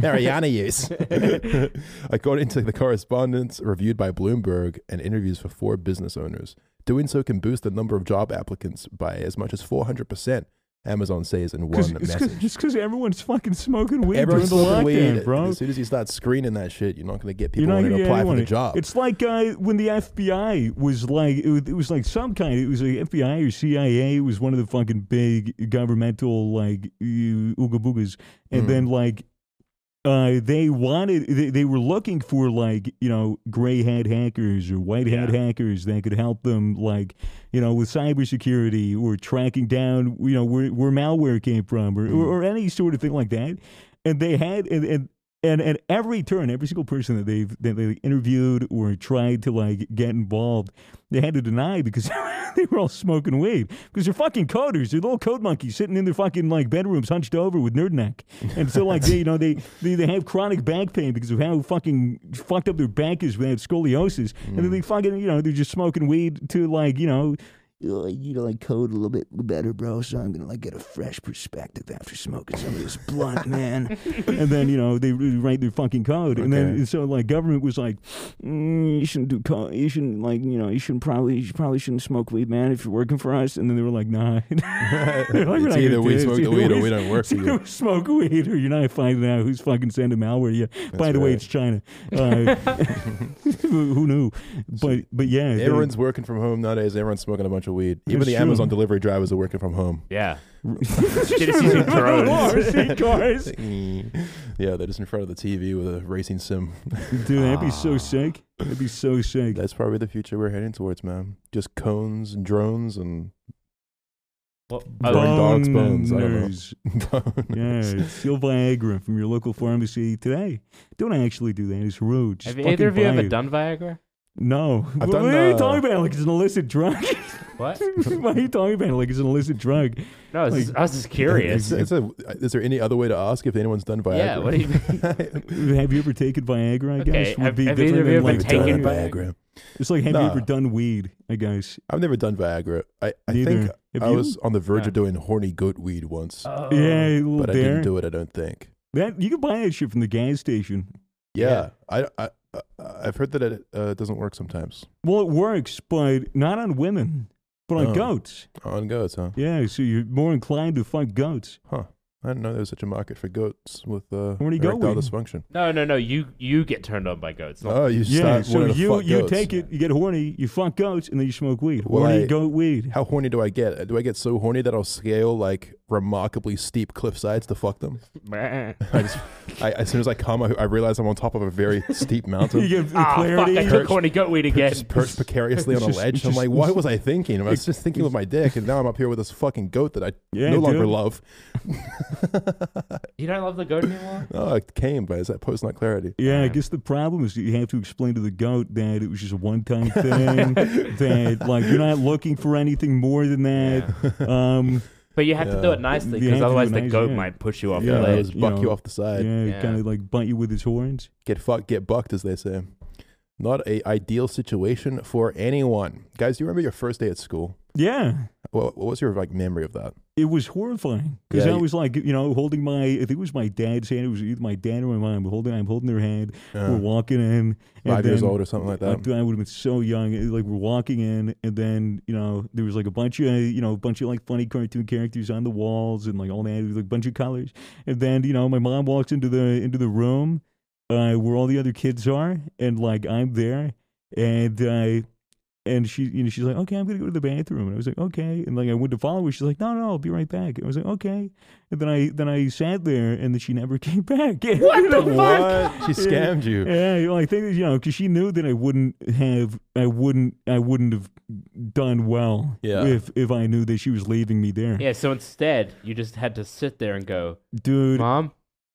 Mariana. marijuana use. According to the correspondence reviewed by Bloomberg and interviews for four business owners, doing so can boost the number of job applicants by as much as 400%, Amazon says in one message. It's because everyone's fucking smoking weed Everyone's during the smoking lockdown, weed. bro. As soon as you start screening that shit, you're not going to get people You're not wanting gonna to get apply anyone. for the job. It's like uh, when the FBI was like, it was, it was like some kind. It was like FBI or CIA was one of the fucking big governmental like uh, ooga boogas, and Hmm. then like. Uh, they wanted they, they were looking for like you know gray hat hackers or white hat hackers that could help them like you know with cybersecurity or tracking down you know where, where malware came from or, or, or any sort of thing like that and they had and, and and at every turn, every single person that they've that they interviewed or tried to like get involved, they had to deny because they were all smoking weed. Because they're fucking coders, they're little code monkeys sitting in their fucking like bedrooms, hunched over with nerd neck, and so like they you know they, they they have chronic back pain because of how fucking fucked up their back is when they have scoliosis, and then they Mm. fucking you know they're just smoking weed to like you know. uh, you know, like code a little bit better, bro. So I'm gonna like get a fresh perspective after smoking some of this blunt, man. and then you know they really write their fucking code, and then Okay. and so like government was like, mm, you shouldn't do code, you shouldn't like you know you shouldn't probably you probably shouldn't smoke weed, man, if you're working for us. And then they were like, nah, They're like, "We're It's not either gonna we do this. smoke the Either weed or we s- don't work for either you." we smoke weed or you're not finding out who's fucking sending malware. Yeah, by the way, right. it's China. Uh, who who knew? But but yeah, they- Everyone's working from home nowadays. Everyone's smoking a bunch of weed. Even It's the true. Amazon delivery drivers are working from home. Yeah. just Did it see remember drones? RC cars. yeah, they're just in front of the TV with a racing sim. Dude, that'd be Ah. so sick. That'd be so sick. That's probably the future we're heading towards, man. Just cones and drones and What, Burn oh, dog's bones, I don't know. Boners. Yeah, bones. steal Viagra from your local pharmacy today. Don't actually do that. It's rude. Just have either fucking of you buy ever it. done Viagra? No. I've what done, what are you uh, talking about? Like it's an illicit drug. What? Why are you talking about it like it's an illicit drug? No, I was, just- I was just curious. It's, it's a, is there any other way to ask if anyone's done Viagra? yeah. What do you mean? Have you ever taken Viagra? I guess Okay, would have- be have different either of than you ever like taken done- Done Viagra. It's like have you Nah. ever done weed? I guess. I've never done Viagra. I, I think Neither. Have I you? Uh, was on the verge Yeah. of doing horny goat weed once, Oh. yeah, a little but I dare. didn't do it. I don't think. that you can buy that shit from the gas station. Yeah, I, I, I I've heard that it uh, doesn't work sometimes Well, it works, but not on women, but on Oh. goats. on goats, huh? Yeah, so you're more inclined to fuck goats. I didn't know there was such a market for goats with uh, Horny goat erectile weed. dysfunction. No, no, no. You you get turned on by goats. Not Oh, you Yeah, start so wanting to you fuck you goats. take it, you get horny, you fuck goats, and then you smoke weed. Well, horny I- goat weed. How horny do I get? Do I get so horny that I'll scale like remarkably steep cliff sides to fuck them? I just, I, as soon as I come, I, I realize I'm on top of a very steep You mountain. get the Ah, fuck, clarity. I took horny goat weed again. Just perched precariously on a Just- ledge. I'm just- like, what was I thinking? I was just thinking with my dick, and now I'm up here with this fucking goat that I Yeah, no longer dude. love. You don't love the goat anymore? Oh, it came, but is that post not clarity? yeah, I guess the problem is that you have to explain to the goat that it was just a one-time thing. that like you're not looking for anything more than that. Um, But you have to do Yeah. it You nicely have because to do otherwise it the nice, goat yeah. might push you off Yeah, the that like, was ledge. you buck you, know. off the side. Yeah, Yeah. kind of like bite you with his horns. Get fucked, get bucked, as they say. Not a ideal situation for anyone, guys. Do you remember your first day at school? Yeah. What, what was your like memory of that? It was horrifying because Yeah, I you- was like, you know, holding my, I think it was my dad's hand. It was either my dad or my mom. I'm holding, I'm holding their hand. Uh, We're walking in. and five years then- old or something like I, that. I would have been so young. It- Like we're walking in, and then you know there was like a bunch of you know a bunch of like funny cartoon characters on the walls and like all that, It was, like a bunch of colors. And then you know my mom walks into the into the room uh, where all the other kids are, and like I'm there, and uh, and she you know she's like okay I'm gonna go to the bathroom, and I was like okay, and like I went to follow her. She's like no no I'll be right back. I was like okay, and then I then I sat there, and then she never came back. What What? She scammed you. yeah, you know, I think that, you know because she knew that I wouldn't have, I wouldn't, I wouldn't have done well Yeah. if if I knew that she was leaving me there, Yeah, so instead you just had to sit there and go, dude. Mom,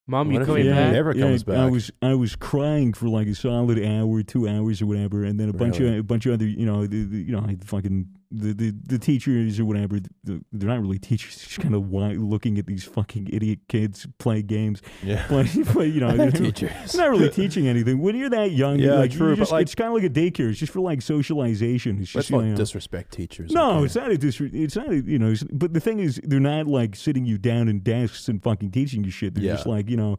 Mom, What you if coming you- back? never comes I back. was I was crying for like a solid hour, two hours or whatever, and then a bunch Really? of a bunch of other you know the, the, you know I fucking the, the the teachers or whatever the, they're not really teachers, they're just kind of looking at these fucking idiot kids play games, Yeah. play, play you know They're they're- teachers. It's not really teaching anything when you're that young. Yeah, you're like, true, you but just- like- it's kind of like a daycare. It's just for like socialization. It's Let's just you know, not disrespect teachers. no, okay? it's not a dis. It's not a, you know. it's- But the thing is, they're not like sitting you down in desks and fucking teaching you shit. They're Yeah. just like you know.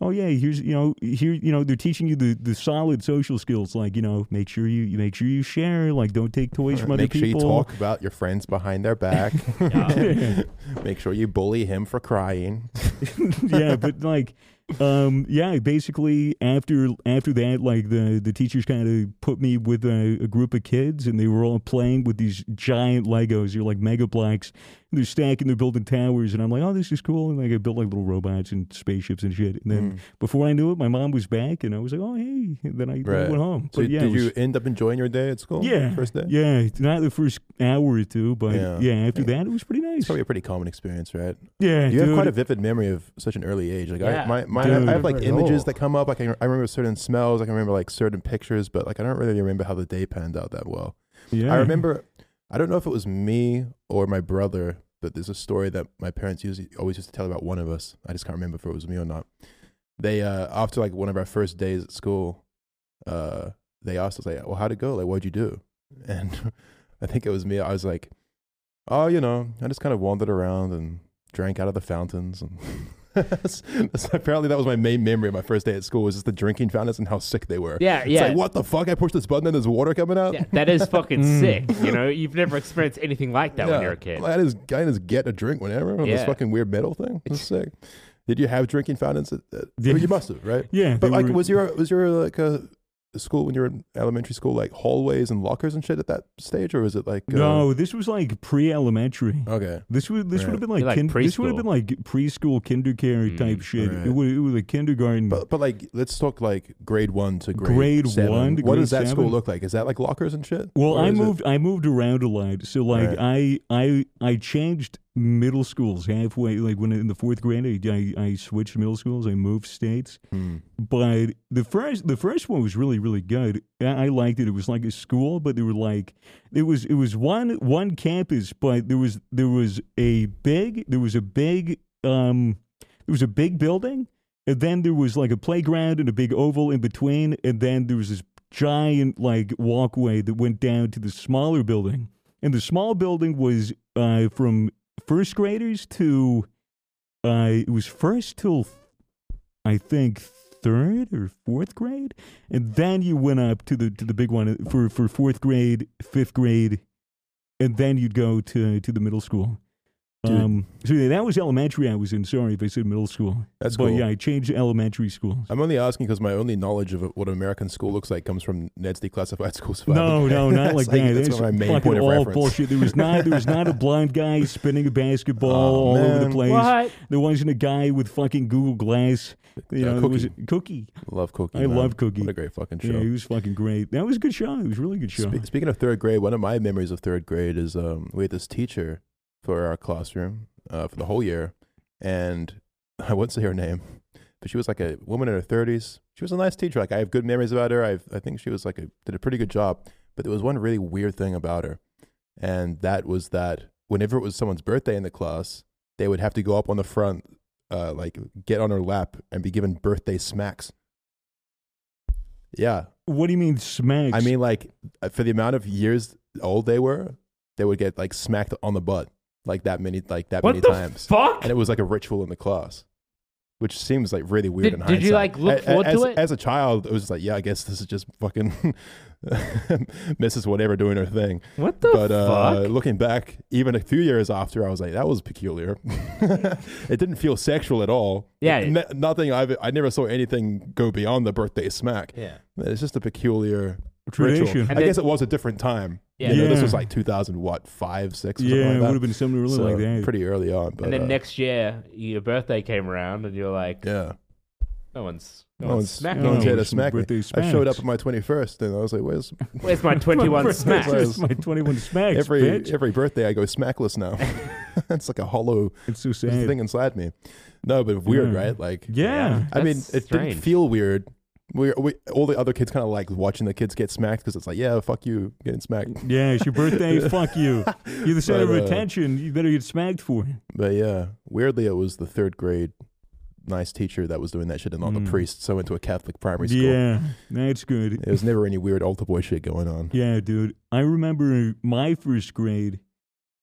Oh yeah, here's you know here you know they're teaching you the, the solid social skills like you know make sure you, you make sure you share like don't take toys from other Make sure you people. talk about your friends behind their back. Make sure you bully him for crying. yeah, but like, um, yeah, basically after after that, like the the teachers kind of put me with a, a group of kids, and they were all playing with these giant Legos. They're like mega blocks. And they're stacking, they're building towers, and I'm like, oh, this is cool. And like I built like little robots and spaceships and shit. And Mm. then before I knew it, my mom was back, and I was like, oh hey. And then I, then I Right. went home. So but yeah, it did was- you end up enjoying your day at school? yeah, First day? yeah, not the first hour or two, but Yeah. yeah, after that it was pretty nice. It's probably a pretty common experience, right? Yeah, You have dude. quite a vivid memory of such an early age. Like I, Yeah. my, my, Dude. I have like Remember it images all. that come up. Like I, I remember certain smells. I can remember like certain pictures, but like I don't really remember how the day panned out that well. yeah. I remember, I don't know if it was me or my brother, but there's a story that my parents usually always used to tell about one of us. I just can't remember if it was me or not. They, uh, after like one of our first days at school, uh, they asked us, like, well, how'd it go? Like, what'd you do? And I think it was me. I was like, oh, you know, I just kind of wandered around and drank out of the fountains. And that's, that's- apparently that was my main memory of my first day at school was just the drinking fountains and how sick they were. Yeah, It's yeah. like, what the fuck? I pushed this button and there's water coming out? Yeah, that is fucking sick. You know, you've never experienced anything like that when Yeah. you're a kid. Like, I just, I just get a drink whenever on this Yeah. fucking weird metal thing. That's sick. Did you have drinking fountains? At, at, I mean, Yeah. you must have, right? yeah, But they like, were- was your was your like a school when you were in elementary school like hallways and lockers and shit at that stage, or was it like uh, No, this was like pre-elementary. Okay, This would this Oh. Right. would have been like, Like kin- this would have preschool. been like preschool kinder care Mm, type shit. right. It, would, it was like kindergarten. but but like let's talk like grade one to grade Grade seven. one to What does that grade school seven? look like? Is that like lockers and shit? well, Or I is it- moved I moved around a lot, so like I I I changed middle schools halfway. Like when in the fourth grade, I I, I switched middle schools. I moved states. Hmm. but the first the first one was really really good. I, I liked it. It was like a school, but they were like it was it was one one campus, but there was there was a big there was a big um there was a big building, and then there was like a playground and a big oval in between, and then there was this giant like walkway that went down to the smaller building, and the small building was uh from first graders to uh it was first till I think third or fourth grade, and then you went up to the to the big one uh, for for fourth grade, fifth grade, and then you'd go to to the middle school. Dude. Um, so yeah, that was elementary. I was in. Sorry if I said middle school. That's but cool. yeah, I changed to elementary school. I'm only asking because my only knowledge of what an American school looks like comes from Ned's declassified school survival. No, no, not That's like that. That's That's my main fucking point of all reference. bullshit. There was not there was not a blind guy spinning a basketball Oh, all over man. the place. What? There wasn't a guy with fucking Google Glass. You Yeah, know, there was cookie. Love Cookie. I Uh, man. love Cookie. What a great fucking show. Yeah, he was fucking great. That was a good show. It was a really good show. Spe- speaking of third grade, one of my memories of third grade is um, we had this teacher for our classroom uh, for the whole year, and I won't say her name, but she was like a woman in her thirties. She was a nice teacher. Like I have good memories about her. I I think she was like a, did a pretty good job. But there was one really weird thing about her, and that was that whenever it was someone's birthday in the class, they would have to go up on the front, uh, like get on her lap and be given birthday smacks. Yeah, What do you mean smacks? I mean, like uh, for the amount of years old they were, they would get like smacked on the butt like that many, like that What many the times, fuck? and it was like a ritual in the class, which seems like really weird. Did- in did you, hindsight. like, look A- a- forward to as, it? as a child? It was like, yeah, I guess this is just fucking Mrs. Whatever doing her thing. What the but uh, fuck? looking back, even a few years after, I was like, that was peculiar. it didn't feel sexual at all. Yeah. N- nothing. I've I never saw anything go beyond the birthday smack. Yeah. It's just a peculiar Tradition. ritual. And I then- guess it was a different time. Yeah. You know, this was Yeah. like 2000, what, five, six? Or yeah, something it like would that. have been something really So, like that. Pretty early on. But, and then uh, next year, your birthday came around, and you're like, yeah, no one's, no no, one's, smacking no one's me. here to Some smack me. birthday I showed up smacks. on my 21st, and I was like, "Where's Where's my 21 My smack? Where's- first- my 21 smacks, every bitch. every birthday I go smackless now? it's like a hollow It's so sad. thing inside me. No, but weird, Yeah. right? Like, yeah. I mean, That's it strange. didn't feel weird. We, we all the other kids kind of like watching the kids get smacked because it's like, yeah, fuck you, getting smacked. Yeah, it's your birthday. fuck you. You're the center But, uh, of attention. You better get smacked for it. But yeah, weirdly, it was the third grade nice teacher that was doing that shit and not Mm. the priest. So I went to a Catholic primary school. Yeah, that's good. There was never any weird altar boy shit going on. Yeah, dude. I remember my first grade.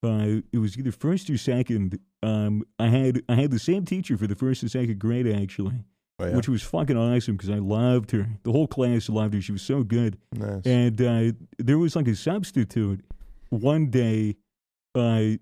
Uh, it was either first or second. Um, I had I had the same teacher for the first and second grade actually, Oh, yeah. which was fucking awesome because I loved her. The whole class loved her. She was so good. nice. And uh, there was like a substitute one day. Uh,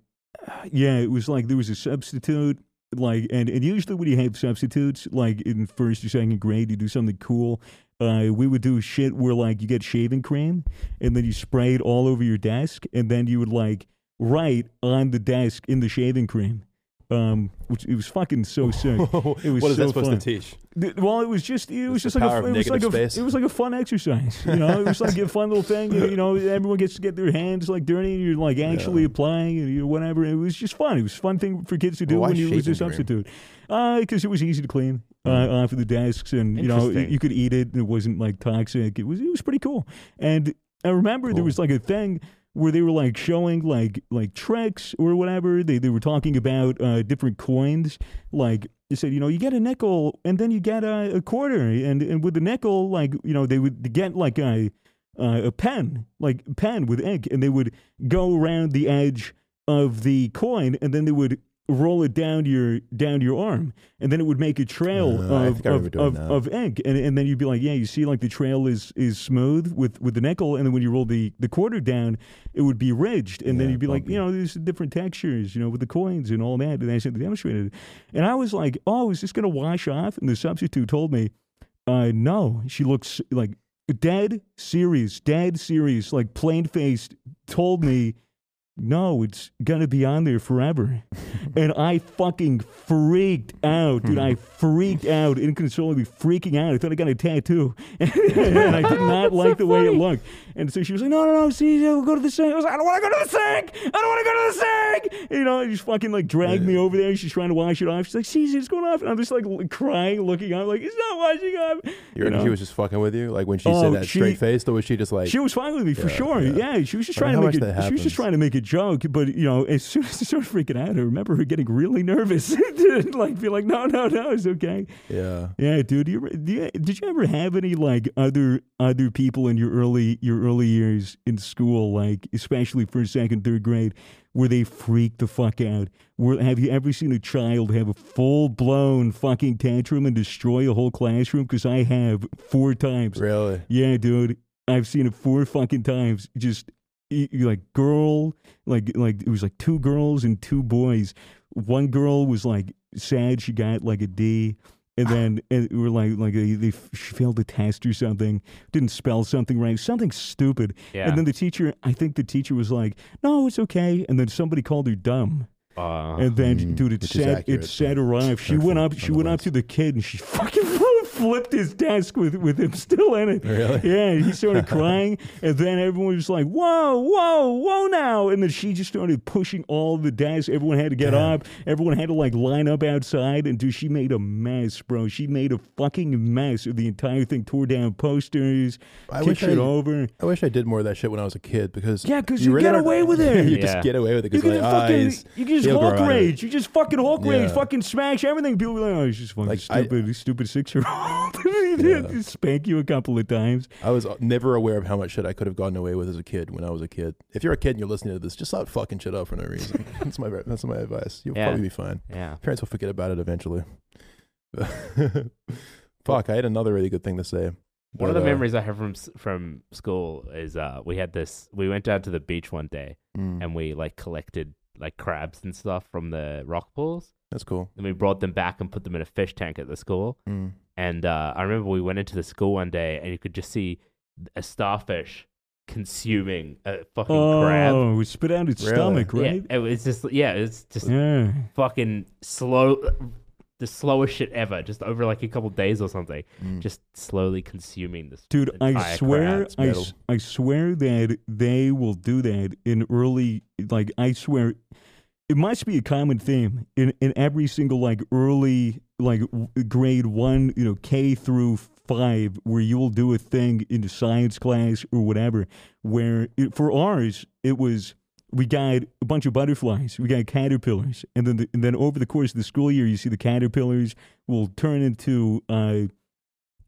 yeah, it was like there was a substitute. Like, and, and usually when you have substitutes, like in first or second grade, you do something cool. Uh, we would do shit where like you get shaving cream and then you spray it all over your desk and then you would like write on the desk in the shaving cream. Um, which it was fucking so sick. It was what is so that supposed fun. to teach? Th- Well, it was just it was It's just the like power a, of it was like negative a, space. it was like a fun exercise. You know, it was like a fun little thing. You know, everyone gets to get their hands like dirty, and you're like actually applying and you know, whatever. It was just fun. It was a fun thing for kids to do Why when you was a shaving cream? substitute, because it was easy to clean uh, off of the desks, and you know Interesting. you could eat it, and it wasn't like toxic. It was it was pretty cool. And I remember there Cool. was like a thing where they were like showing like like tricks or whatever. They they were talking about uh, different coins. Like they said, you know, you get a nickel and then you get a, a quarter, and and with the nickel, like you know, they would get like a uh, a pen, like pen with ink, and they would go around the edge of the coin, and then they would roll it down your down your arm, and then it would make a trail Uh, I of think I remember of, doing of, that. of ink, and and then you'd be like, yeah, you see, like the trail is is smooth with with the nickel, and then when you roll the the quarter down, it would be ridged, and then Yeah, you'd be like, bumpy. you know, there's different textures, you know, with the coins and all that, and I said they demonstrated it, and I was like, oh, is this gonna wash off? And the substitute told me, uh, no, she looks like dead serious, dead serious, like plain faced, told me, no, it's gonna be on there forever. and I fucking freaked out, dude. I freaked out, inconsolably freaking out. I thought I got a tattoo. and I did not like the way it looked. And so she was like, no, no, no, see, we'll go to the sink. I was like, I don't wanna go to the sink. I don't wanna go to the sink. You know, and she's fucking like dragged me over there. She's trying to wash it off. She's like, see, it's going off. And I'm just like l- crying, looking up, like, it's not washing off. You reckon know? she was just fucking with you? Like when she Oh, said that she- straight faced, or was she just like, She was fine with me for Yeah, sure. yeah. Yeah. she was just I trying wonder to how much make a, that she was happens. just trying to make a joke, but you know, as soon as I started freaking out, I remember her getting really nervous and like be like, "No, no, no, it's okay." yeah, Yeah, dude, you, do you did you ever have any like other other people in your early your early years in school, like especially first, second, third grade, where they freak the fuck out? Where have you ever seen a child have a full blown fucking tantrum and destroy a whole classroom? Because I have four times. really? Yeah, dude. I've seen it four fucking times. Just y- y- like girl, like like it was like two girls and two boys. One girl was like sad she got like a D, and then and we were like like they, they f- she failed the test or something, didn't spell something right, something stupid. yeah. And then the teacher, I think the teacher was like, "No, it's okay." And then somebody called her dumb. Uh, And then, Mm, dude, it which is set it accurate. set her off. She Hurtful, went up. She went up nonetheless. to the kid and she fucking flew flipped his desk with, with him still in it. Really? Yeah, he started crying, and then everyone was like, "Whoa, whoa, whoa!" Now, and then she just started pushing all the desks. Everyone had to get up. Everyone had to like line up outside, and dude, she made a mess, bro. She made a fucking mess of the entire thing. Tore down posters, I kicked wish shit I- over. I wish I did more of that shit when I was a kid because Yeah, 'cause you get don't- away with it. you just Yeah. get away with it You because can like, just ah, fucking, he's- you can just he'll grow Hulk out of it. rage. You just fucking Hulk rage. Yeah. Fucking smash everything. People be like, oh, he's just fucking Like, I- stupid, he's stupid six year old. He'll Spank you a couple of times. I was never aware of how much shit I could have gotten away with as a kid when I was a kid. If you're a kid and you're listening to this, just stop fucking shit up for no reason. that's my that's my advice. You'll Yeah. probably be fine. Yeah. Parents will forget about it eventually. Fuck, I had another really good thing to say. One of but, the uh, memories I have from s- from school is uh, we had this. We went down to the beach one day mm, and we like collected like crabs and stuff from the rock pools. that's cool. And we brought them back and put them in a fish tank at the school. Mm. And uh, I remember we went into the school one day and you could just see a starfish consuming a fucking crab. Oh, we spit out its Really? stomach, right? Yeah, it was just yeah, it's just Yeah. fucking slow, the slowest shit ever. Just over like a couple days or something, mm. just slowly consuming this. Dude, I entire swear, crab. I, metal. s- I swear that they will do that in early, like, I swear, it must be a common theme in, in every single, like, early, like, w- grade one, you know, K through five, where you will do a thing in science class or whatever, where it, for ours, it was. We got a bunch of butterflies. We got caterpillars, and then the, and then over the course of the school year, you see the caterpillars will turn into uh,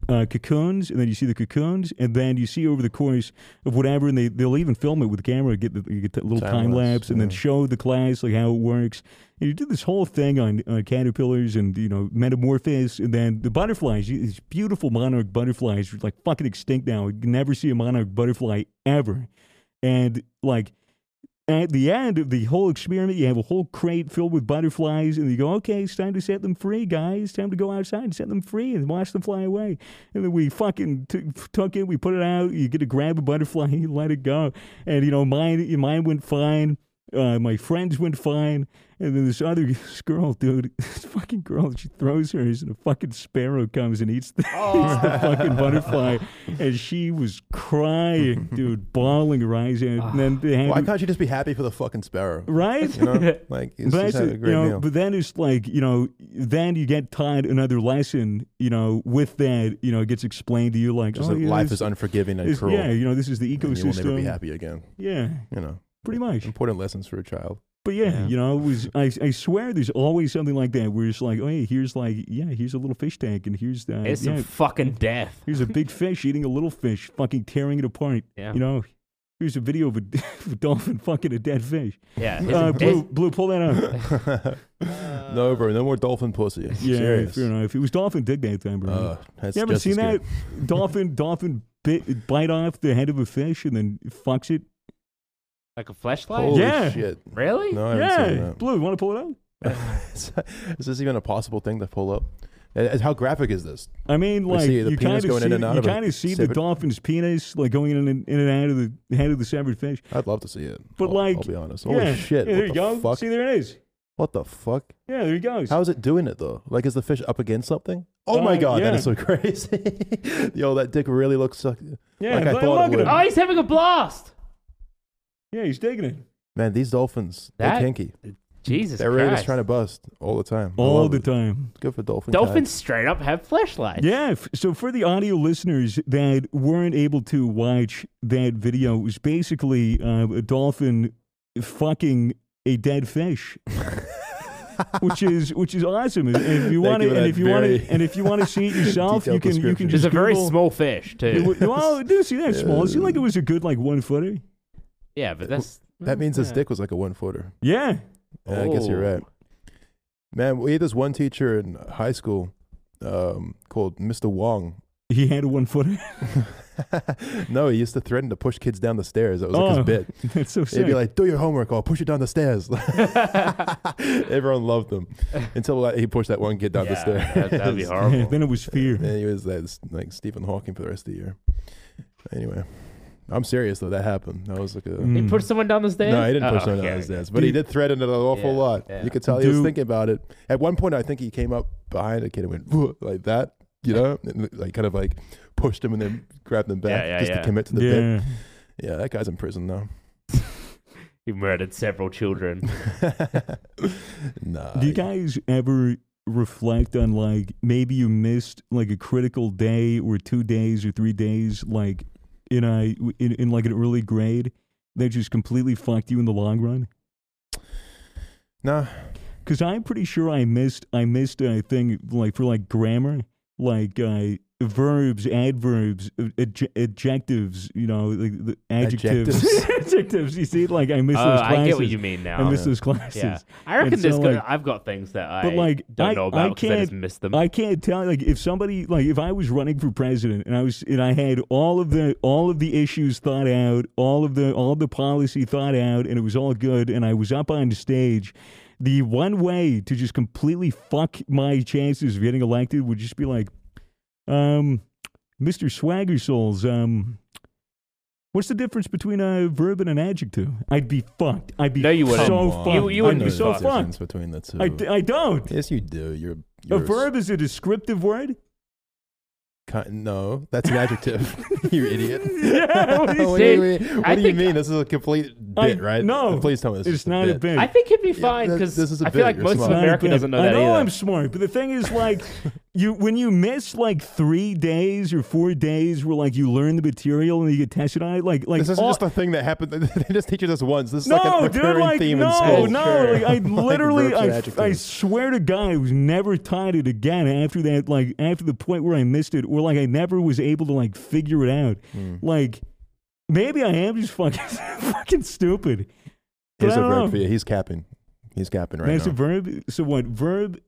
uh, cocoons, and then you see the cocoons, and then you see over the course of whatever, and they they'll even film it with camera, get the, you get the little Time time lapse, lapse, and then yeah. show the class like how it works. And you do this whole thing on uh, caterpillars and you know metamorphosis, and then the butterflies. you- These beautiful monarch butterflies, like fucking extinct now. You can never see a monarch butterfly ever, and like at the end of the whole experiment, you have a whole crate filled with butterflies, and you go, okay, it's time to set them free, guys. Time to go outside and set them free and watch them fly away. And then we fucking t- took it, we put it out. You get to grab a butterfly, you let it go. And, you know, mine, mine went fine. Uh, my friends went fine. And then this other this girl, dude, this fucking girl, she throws hers, and a fucking sparrow comes and eats the, Oh. eats the fucking butterfly. And she was crying, dude, bawling her eyes out. And then they had Why can't you just be happy for the fucking sparrow? right? You know, like he's, But, he's that's had it, a you great know, meal. but then it's like you know, then you get tied another lesson, you know, with that, you know, it gets explained to you like, Just oh, that yeah, life this- is unforgiving and this- cruel. yeah, you know, this is the and you will never be ecosystem, happy Mm-hmm. again. yeah, You know, pretty much. important lessons for a child. But yeah, you know, it was I, I swear, there's always something like that where it's like, oh, yeah, here's like, yeah, here's a little fish tank, and here's the, It's yeah, some fucking death. here's a big fish eating a little fish, fucking tearing it apart, Yeah. you know. Here's a video of a, of a dolphin fucking a dead fish. Yeah. it's- Uh, it's- blue, blue, pull that up. no, bro, no more dolphin pussy. Yeah, Serious. fair enough. It was Dolphin Dick that time, bro. Uh, that's you ever just as seen that? good. dolphin, dolphin bit, bite off the head of a fish and then fucks it. Like a flashlight? Holy Yeah. shit. Really? No, I haven't seen yeah, that. Blue, want to pull it up? is this even a possible thing to pull up? Uh, How graphic is this? I mean, We like see the you kind penis of going see, in and out you of it. kind of see the Severed- dolphin's penis like going in and, in and out of the the head of the severed fish. I'd love to see it. But I'll, like, I'll be honest. Holy yeah, shit! Yeah, there what you the go. fuck? See, there it is. What the fuck? Yeah, there he goes. How is it doing it though? Like, is the fish up against something? Oh my Uh, god, that yeah. is so crazy! Yo, that dick really looks suck- yeah, like I look- thought it look would. at Oh, him. he's having a blast. Yeah, he's digging it man. These dolphins, That- they're kinky. Jesus They're really Christ. just trying to bust all the time. I all love the it. time. Good for dolphin. Dolphins straight up have flashlights. Yeah. f- So for the audio listeners that weren't able to watch that video, it was basically uh, a dolphin fucking a dead fish. which is which is awesome. And If you Thank want you to, for and that if you want very to, and if you want to see it yourself, you detailed can you description. can It's just a very Google- small fish too. It, well, dude, see that small? Is it like it was a good like one footer? yeah, but that's Mm, That means his Yeah. dick was like a one footer. Yeah. Yeah, I guess you're Oh. right. Man, we had this one teacher in high school um, called Mr. Wong. He had a one footer. no, he used to threaten to push kids down the stairs. That was like Oh. his bit. That's so He'd sick. be like, "Do your homework, or I'll push you down the stairs." Everyone loved him until like, he pushed that one kid down the Yeah, stairs. that- that'd be Yeah, horrible. then it was fear. And he was like, like Stephen Hawking for the rest of the year. Anyway, I'm serious though. That happened. That was like a. He Mm. pushed someone down the stairs. No, he didn't push Oh, someone okay, down the okay. stairs, but he did threaten it an awful Yeah, lot. yeah. You could tell he was Dude. thinking about it. At one point, I think he came up behind a kid and went "Whoa," like that. you know, and, like kind of like pushed him and then grabbed them back Yeah, yeah, just yeah. to commit to the bit. yeah. Yeah, that guy's in prison now. He murdered several children. nah. Uh, Do you guys ever reflect on like maybe you missed like a critical day or two days or three days like in a in, in like an early grade that just completely fucked you in the long run? nah. Because I'm pretty sure I missed I missed a thing like for like grammar, like uh, verbs, adverbs, uh, adj- adjectives, you know, like the adjectives, adjectives. You see, like I missed Oh, those classes. I get what you mean now. I missed those classes. Yeah. I And reckon there's so, gonna, like- I've got things that I But, like, don't I- know I about because I, just can't- miss them. I can't tell. Like if somebody, like if I was running for president and I was and I had all of the all of the issues thought out, all of the all of the policy thought out, and it was all good, and I was up on stage. The one way to just completely fuck my chances of getting elected would just be like, um, Mr. Swagger Souls, um, what's the difference between a verb and an adjective? I'd be fucked. I'd be No, you wouldn't. so Come fucked. on. You- you I wouldn't know be I'd so the fucked. difference fucked. between the two. I, d- I don't. yes, you do. You're, A you're verb is a descriptive word. Ki- no, that's an adjective. you idiot. Yeah, what do you what say? do you mean? What I do you think- mean? This is a complete I- bit, right? no, Please tell me this It's is not a bit. I think he'd be fine that- because this is a I bit, feel like you're most smart. of America Not a bit. doesn't know I that know either. I'm smart, but the thing is, like, you when you miss like three days or four days, where like you learn the material and you get tested on it, like like This isn't all- just a thing that happened. They just teach us once. This is no, like a dude, recurring like theme no, in school. no, like I literally, verbs and I, I adjectives. swear to God, I was never taught it again after that. Like after the point where I missed it, or like I never was able to like figure it out. Hmm. Like maybe I am just fucking fucking stupid. But Here's I a don't verb know. for you. He's capping. He's capping right That's now. a verb. So what? Verb.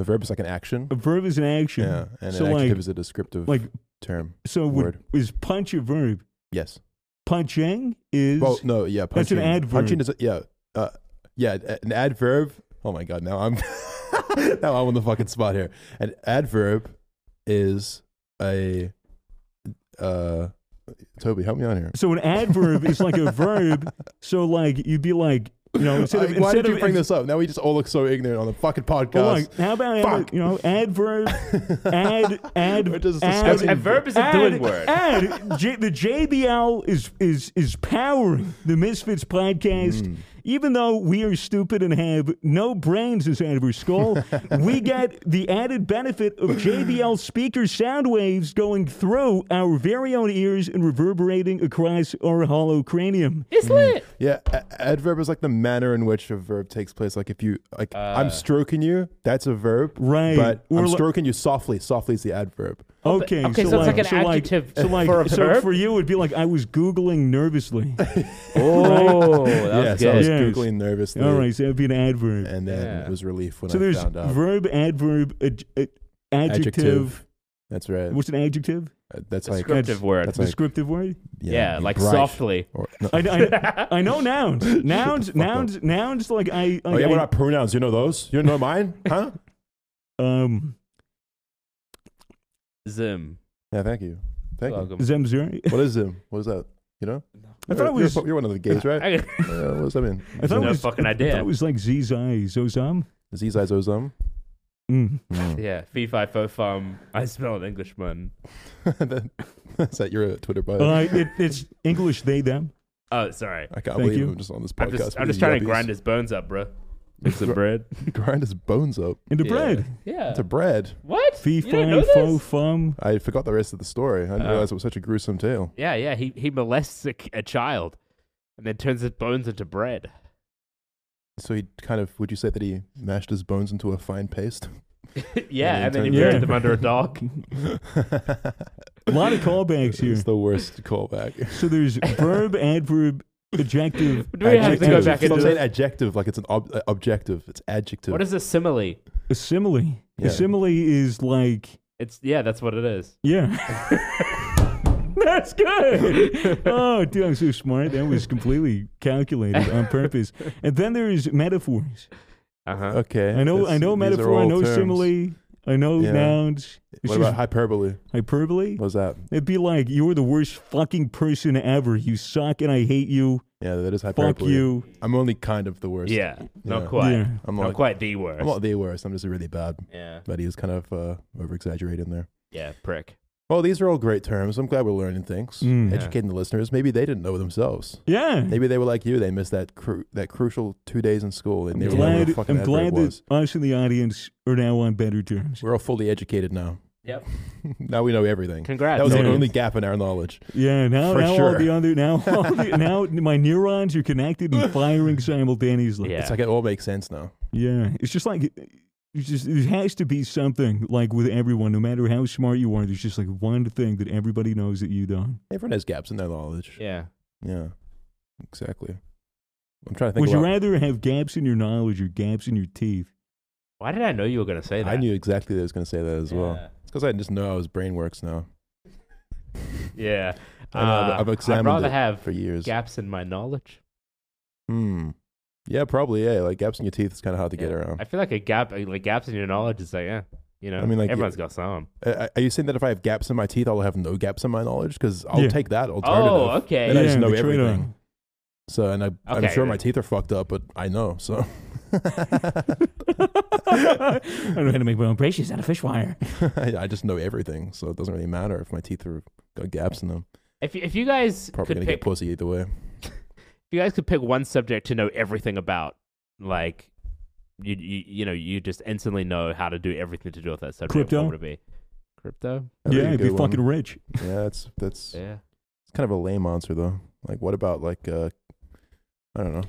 A verb is like an action. A verb is an action. Yeah, and so an adjective like, is a descriptive like term. so would, word. is punch a verb? Yes. Punching is Well, no, yeah. That's Punching, an adverb. Punching is a, yeah, uh, yeah, a- an adverb. Oh my god, now I'm now I'm on the fucking spot here. An adverb is a uh, Toby, help me out here. so an adverb is like a verb. So like you'd be like you know instead of Like, why instead did you of, bring this up? Now we just all look so ignorant on the fucking but podcast. like, how about Fuck. you know adverb ad ad We're just ad, discussing- A verb is a ad- doing word. Ad J, the JBL is is is powering the Misfits podcast. Even though we are stupid and have no brains inside of our skull, we get the added benefit of JBL speaker sound waves going through our very own ears and reverberating across our hollow cranium. It's lit. Yeah, a- adverb is like the manner in which a verb takes place. Like if you like, I'm stroking you. That's a verb, Right. But Or I'm li- stroking you softly. Softly is the adverb. Okay, okay, so, it's like an adjective So like, for a so verb. for you, it'd be like I was googling nervously. oh, yeah, that was so I was good. Yes. googling nervously, All right, so that'd be an adverb. and then Yeah. it was relief when so I there's found out. verb, adverb, ad, ad- adjective. That's right. What's an adjective? Uh, That's like Descriptive word. that's like Descriptive word. yeah, like bright softly. Or, no. I, I, I know nouns. Nouns. fuck up. Nouns. Nouns. Like I. oh yeah, I- what about pronouns? You know those? You know mine? Huh? um. Zim. yeah, thank you, thank you. Welcome. Zemzer. What is them? What is that? You know? I thought it You're- you're was. fu- You're one of the gays, right? I- Uh, what does that mean? I thought it No was, fucking I idea. thought it was like Zizai Zozam. Zizizozum. Mm. yeah, fee fi fo fum. I smell an Englishman. That- That's that your Twitter bio. Uh, it, it's English they them. Oh, sorry. I can't Thank believe you. I'm just on this I'm podcast. just, with I'm these just trying to yuppies. grind his bones up, bro. Make some Gr- bread. grind his bones up Into Yeah. bread. Yeah. to bread. what? Fee you didn't know fi this? fo fum. I forgot the rest of the story. I didn't Oh. realize it was such a gruesome tale. Yeah, yeah. He he molests a, a child, and then turns his bones into bread. So he kind of would you say that he mashed his bones into a fine paste? yeah, then and then he turns- buried Yeah. them under a dog. A lot of callbacks here. It's the worst callback. So there's verb, adverb, adjective. Do we have to go adjective. back Stop into saying the- adjective like it's an ob- uh, objective. It's adjective. What is a simile? A simile. Yeah. A simile is like It's yeah, that's what it is. yeah. That's good. Oh, dude, I'm so smart. That was completely calculated on purpose. And then there's metaphors. Uh huh. Okay. I know. that's- I these know are metaphor. I all know terms. simile. I know Yeah. nouns. It's What just about hyperbole? hyperbole. What's that? It'd be like you're the worst fucking person ever. You suck, and I hate you. Yeah, that is Fuck hyperbole. you. I'm only kind of the worst. Yeah, Yeah. not quite. Yeah. I'm Not not. quite the worst. I'm not the worst. I'm just really bad. yeah. But he was kind of uh, over exaggerating there. Yeah, prick. Well, these are all great terms. I'm glad we're learning things, Mm. Yeah. Mm. educating the listeners. Maybe they didn't know themselves. Yeah. Maybe they were like you. They missed that cru- that crucial two days in school, and they I'm were like, glad, fucking I'm glad adverb was. that us in the audience are now on better terms. We're all fully educated now. Yep. now we know everything. Congrats. That was the Yeah. only gap in our knowledge. Yeah, now, For now all sure. the other now all the, now my neurons are connected and firing simultaneously. Yeah. It's like it all makes sense now. Yeah, it's just like it's just there has to be something like with everyone, no matter how smart you are. There's just like one thing that everybody knows that you don't. Everyone has gaps in their knowledge. yeah. Yeah, exactly. I'm trying to think. Would you about- rather have gaps in your knowledge or gaps in your teeth? Why did I know you were going to say that? I knew exactly that I was going to say that as well. Yeah. It's because I just know how his brain works now. Yeah. I know, I've- Uh, I've examined I'd rather it have for years. gaps in my knowledge. Hmm. Yeah, probably. Yeah, like gaps in your teeth is kind of hard to get Yeah. around. I feel like a gap, like gaps in your knowledge is like, yeah, you know, I mean, like, everyone's got some. Uh, are you saying that if I have gaps in my teeth, I'll have no gaps in my knowledge? Because I'll Yeah. take that alternative. Oh, okay. Then I just Yeah, know the trade-off. everything. So, and I, I'm Okay, sure then. my teeth are fucked up, but I know. So, I don't know how to make my own. Braces out of fish wire. I, I just know everything. So it doesn't really matter if my teeth are got gaps in them. If, you- if you guys Probably could gonna pick, get pussy either way. if you guys could pick one subject to know everything about, like, you you, you know, you just instantly know how to do everything to do with that subject. Crypto? What would it be? Crypto. That'd yeah, a I'd be good one. fucking rich. Yeah, that's that's it's Yeah. kind of a lame answer though. Like, what about like uh, I don't know.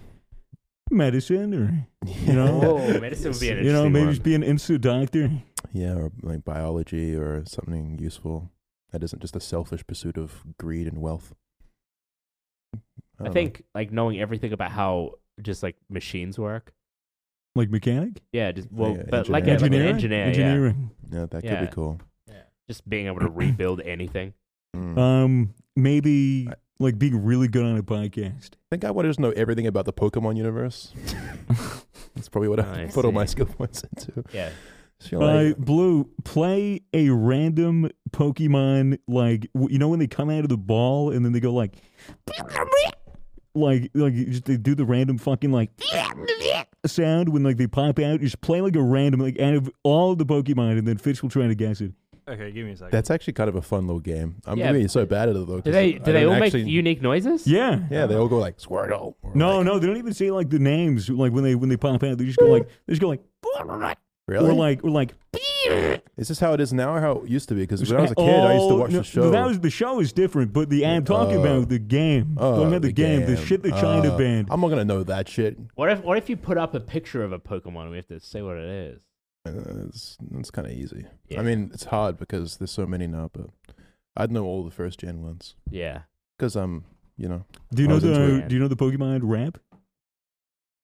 Medicine or you know, Oh, medicine would be an interesting you know, maybe one. just be an instant doctor. Yeah, or like biology or something useful that isn't just a selfish pursuit of greed and wealth. I don't know. think like knowing everything about how just like machines work. Like mechanic? Yeah, just well, Like a but like, a, like an Engineering? engineer, yeah, Engineering. yeah, that could Yeah. be cool. just being able to rebuild anything. Mm. Um, maybe I- like being really good on a podcast. I think I want to just know everything about the Pokemon universe. That's probably what I, I put all my see. skill points into. Yeah, Just feel Uh, like- Blue, play a random Pokemon like w- you know when they come out of the ball and then they go like, like like you just, they do the random fucking like Oh, sound when like they pop out. Just play like a random like out of all the Pokemon and then Fitz will try to guess it. Okay, give me a second. that's actually kind of a fun little game. I'm Yeah, being so bad at it though. do 'cause they I do they don't all actually- make Uh-huh. unique noises? Yeah. Yeah, they all go like Squirtle. or No, like- no, they don't even say like the names. Like when they when they pop out, they just go like they just go like really. or like or like. is this how it is now or how it used to be? Because when I was a kid, I used to Oh, watch no, the show. That was the show is different, but the I'm talking Oh. about the game. Oh, talking about the, game, the shit that China Oh, banned. I'm not gonna know that shit. What if what if you put up a picture of a Pokemon? and We have to say what it is. Uh, It's, it's kind of easy. Yeah. I mean, it's hard because there's so many now, but I'd know all the first gen ones Yeah. because I'm, you know, Do you I know was into the it. Do you know the Pokemon rap?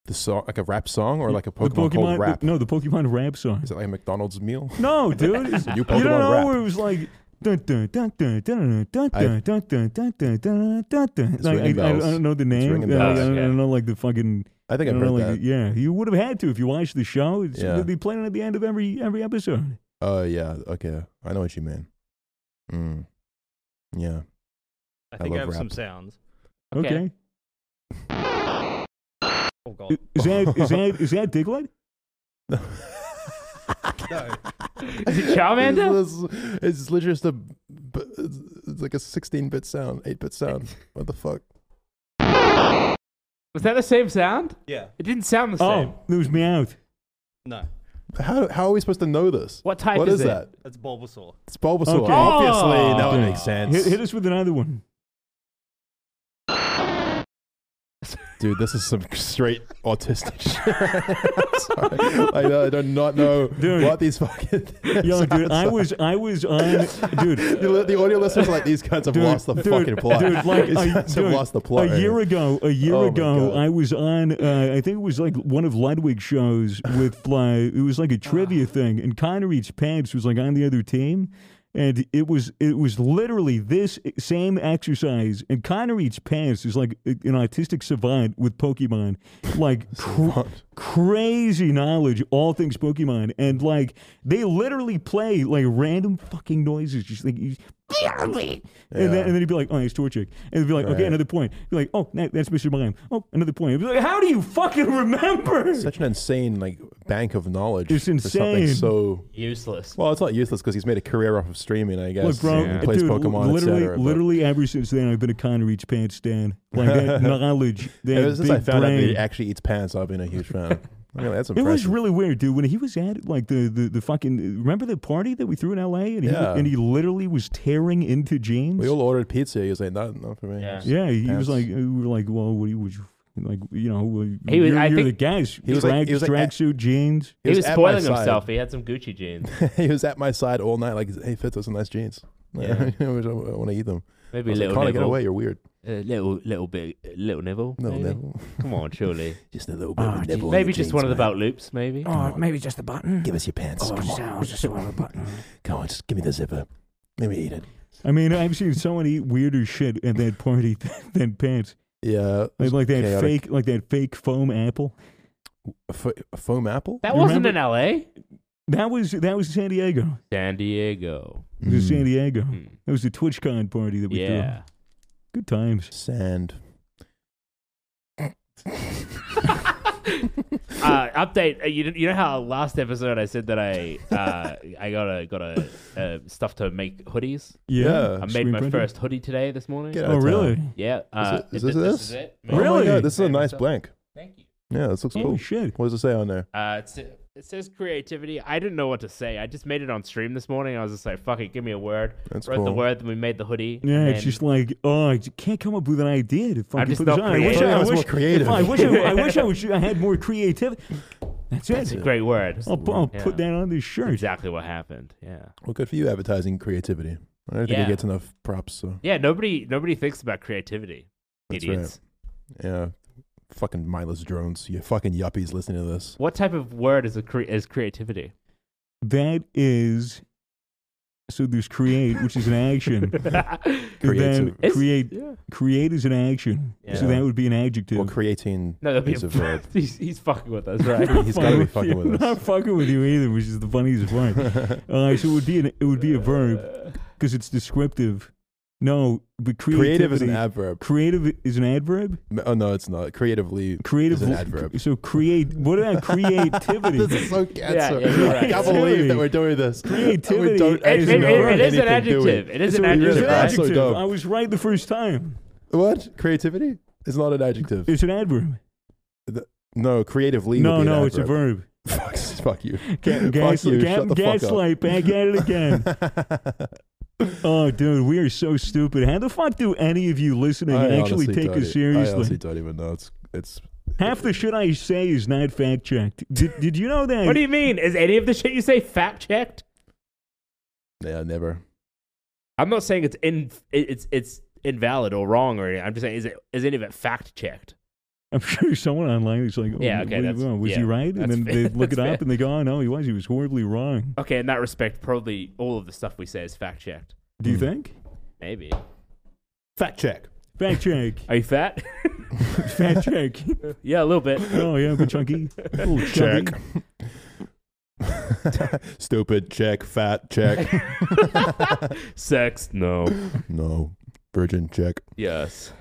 the song like a rap song or like a Pokemon, the Pokemon called rap. The, no, the Pokemon rap song. Is it like a McDonald's meal? No, dude, it's, New you Pokemon don't know rap. where it was like. Dun, dun, dun, dun, dun, dun, dun, I- dun, dun, dun, dun, dun, dun, dun. It's Like, I, I, I ringing bells. don't know the name. ringing I, I, bells. don't, I Okay. don't know like the fucking. I think I I've don't know, heard like, that. the- yeah, you would have had to if you watched the show. It's, Yeah. They'd be playing it at the end of every every episode. Oh yeah, okay. I know what you mean. Mm. Yeah. I think I, love have rap. some sounds. Okay. Okay, Oh god. is that is that is that Diglett? Is it Charmander? It's, it's, it's literally just a, b- it's, it's like a 16-bit sound, 8-bit sound. What the fuck? Was that the same sound? Yeah. It didn't sound the same. Oh, it was Meowth. No. How how are we supposed to know this? What type what is is it? that? That's Bulbasaur. It's Bulbasaur. Okay. Obviously, now Okay. it makes sense. Hit, hit us with another one. Dude, this is some straight autistic shit. I'm sorry. Like, I do not know Dude. what these fucking. Yo, sounds dude, I are. was I was on dude. The, li- the audio listeners are like these guys have Dude, lost the dude, fucking plot. dude, like, these I- guys dude, have lost the plot. A year ago, a year Oh my ago, God. I was on. Uh, I think it was like one of Ludwig's shows with. Like, it was like a trivia thing, and Connor eats pants was like on the other team, and it was it was literally this same exercise. And Connor eats pants is like an autistic savant with Pokemon, like cr- crazy knowledge, all things Pokemon, and like they literally play like random fucking noises, just like. you- And, then, Yeah. and then he'd be like, oh, it's tour chick. And he'd be like, okay, Right. another point. Be like, oh, that, that's Mr. Mime. Oh, another point. He'd be like, how do you fucking remember? Such an insane like bank of knowledge. It's For something insane. so Useless. well, it's not useless because he's made a career off of streaming. I guess. Look, bro, He dude, plays Pokemon, literally, etc. literally ever since then, I've been a Connor eats pants stan. Like that knowledge, that Ever since big I found out that brain. he actually eats pants, I've been a huge fan. I mean, that's It impressive. was really weird, dude. When he was at like the, the, the fucking remember the party that we threw in L.A. and he, Yeah. and he literally was tearing into James. we all ordered pizza. He was like, "Not, not for me." Yeah. yeah, he was pants. like, we were like, well, what do you, would you like, you know, well, He was- you're, I you're think- the guys. He was like- drag, he was like- tracksuit jeans. He, was, at my spoiling side. himself. He had some Gucci jeans. he was at my side all night, like, "Hey, Fitz, those are nice jeans. Yeah. I want to eat them." I Maybe was like, little Connor, get Neville. away. You're weird. Uh, little, little bit, little Neville. No, maybe? Neville. Come on, surely. Just a little bit. Oh, of nibble on maybe your just jeans, one of the man. belt loops. Maybe. Oh, maybe just the button. Give us your pants. Oh, Come just, on, oh, just the rubber button. come on. Just give me the zipper. Let me eat it. I mean, I've seen so many weirder shit at that party than pants. Yeah, Like, like that chaotic. fake, like that fake foam apple. a, fo- a foam apple. That You wasn't remember- in L.A. That was that was San Diego. San Diego. It Mm. was San Diego. Hmm. That was the TwitchCon party that we Yeah. threw. Good times. Sand. uh, update. Uh, you, you know how last episode I said that I uh, I got a got a uh, stuff to make hoodies. Yeah. I made Screen my printer? first hoodie today this morning. Get out Oh, of town. really? Yeah. Uh, it- is this this? is it. Oh my Really? God, this is a Made nice myself. blank. Thank you. Yeah, this looks Holy cool. shit. What does it say on there? Uh, it's, it says creativity. I didn't know what to say. I just made it on stream this morning. I was just like, "Fuck it, give me a word." That's Wrote cool. the word, then we made the hoodie. Yeah, and it's then- just like, oh, I j- can't come up with an idea to fucking just put this not on. I wish creative. I, Yeah, I it's more wish, creative. if I wish I, I wish I, was, I had more creativity. That's it. It's a great word. I'll, pu- I'll Yeah. put that on this shirt. Exactly what happened. Yeah. Well, good for you, advertising creativity. I don't think Yeah. it gets enough props. So Yeah. Nobody nobody thinks about creativity. That's right. idiots. yeah, fucking mindless drones. You fucking yuppies listening to this. What type of word is a cre- is creativity? That is. So there's create, which is an action. and then Creative. It's- create, yeah. create is an action. So Yeah. that would be an adjective. Well, creating No, that'd be is a a verb. he's, he's fucking with us, I'm right? not He's gotta be fucking with you. with I'm us. Not fucking with you either, which is the funniest part. Uh, so it would be an, it would be a verb Uh, because it's descriptive. No, but Creative is an creativity- adverb. Creative is an adverb. Oh no, it's not. Creatively Creative is an adverb. So create. What about this creativity? is so cancer. yeah, you're I right. can't believe that we're doing this. Creativity We don't is actually an It- it- know it- it is an anything, do we? adjective. It is an what we it's really are. an adjective. right? That's so adjective. dumb. I was right the first time. What? Creativity? It's not an adjective. It's an adverb. no, creatively. would no, be an no, it's a adverb. verb. Fuck, fuck you. Ga- gas, you, ga- shut the fuck up. gaslight. Back at it again. oh, dude, we are so stupid. How the fuck do any of you listening I actually honestly take don't e- this I seriously? honestly don't e- even know. It's it's Half the shit I say is not fact checked. Did, did you know that? What do you mean? Is any of the shit you say fact checked? yeah, never. I'm not saying it's in it- it's it's invalid or wrong or anything. I'm just saying is it is any of it fact checked? I'm sure someone online is like, oh, Yeah, okay, what- that's- oh, was yeah, he right? And that's then fair, they look it that's up fair. and they go, oh, no, he was. He was horribly wrong. Okay, in that respect, probably all of the stuff we say is fact checked. Do you Hmm. think? Maybe. Fact check. Fact check. Are you fat? Fact check. yeah, a little bit. Oh, yeah, but chunky. Little chubby. Check. Stupid check. Fat check. Sex? No. no. Virgin check. Yes.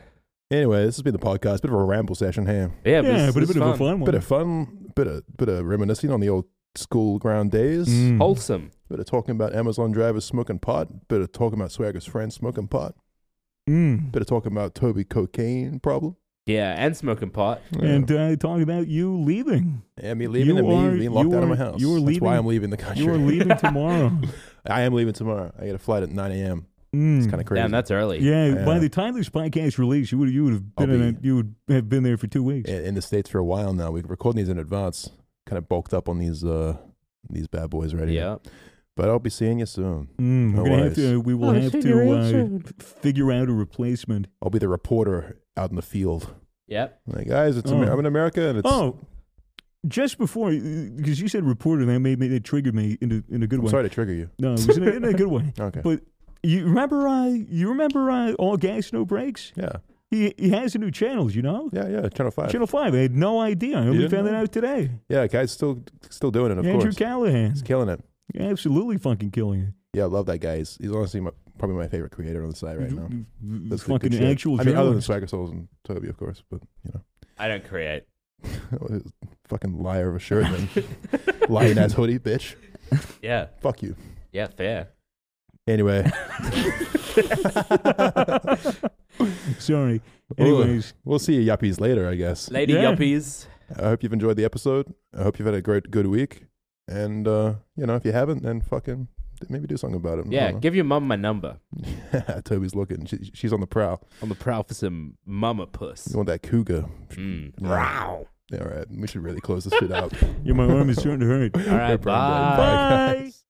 Anyway, this has been the podcast. Bit of a ramble session here. Yeah, but, Yeah, it's, but a it's bit of a fun. fun Bit one. of fun. Bit of bit of reminiscing on the old school ground days. Mm. wholesome. Bit of talking about Amazon drivers smoking pot. Bit of talking about Swagger's friends smoking pot. Mm. Bit of talking about Toby cocaine problem. Yeah, and smoking pot. And uh, talking about you leaving. Yeah, me leaving You and me are- being locked you out of are- my house. you are That's why leaving- I'm leaving the country. You are leaving tomorrow. I am leaving tomorrow. I get a flight at 9 a.m. Mm. It's kind of crazy. Damn, that's early. yeah, by Yeah. the time this podcast released, you would you would have I'll been in be- a, you would have been there for two weeks. I- in the states for a while now. We've recording these in advance. Kind of bulked up on these uh these bad boys right here. Yeah. But I'll be seeing you soon. Mm, No we're gonna worries. have to, we Oh, will have to uh, f- figure out a replacement. I'll be the reporter out in the field. Yep. Like, guys, it's Oh. Amer- I'm in America and it's oh, just before, because you said reporter, that made me, that triggered me in a, in a good I'm way. sorry to trigger you. No, it was in a, in a good way. Okay. But you remember, uh, you remember uh, all gas no breaks. yeah. He he has a new channel, you know. Yeah, yeah. Channel five. Channel Five. I had no idea. I only Uh, didn't found know? that out today. yeah, guys still still doing it, of Andrew course. Callahan, He's killing it. absolutely fucking killing it. Yeah, I love that guy. He's, he's honestly my probably my favorite creator on the site right now. That's the Mm, fucking good shit. actual I mean, other than journalist. Swagger Souls and Toby, of course, but you I don't create. know, fucking liar of a shirt, man. Lying ass hoodie, bitch. Yeah, Fuck you. yeah, fair. Anyway, Sorry. Ooh. Anyways, we'll see you yuppies later, I guess. Lady Yeah. yuppies. I hope you've enjoyed the episode. I hope you've had a great, good week. And uh, you know, if you haven't, then fucking maybe do something about it. I Yeah, don't know. give your mum my number. Toby's looking. She, she's on the prowl. On the prowl for some mama puss. You want that cougar? Mm. Yeah. Wow. All right, we should really close this shit out. yeah, my arm is starting to hurt. All right, Pepper and Blake. bye. Bye, guys.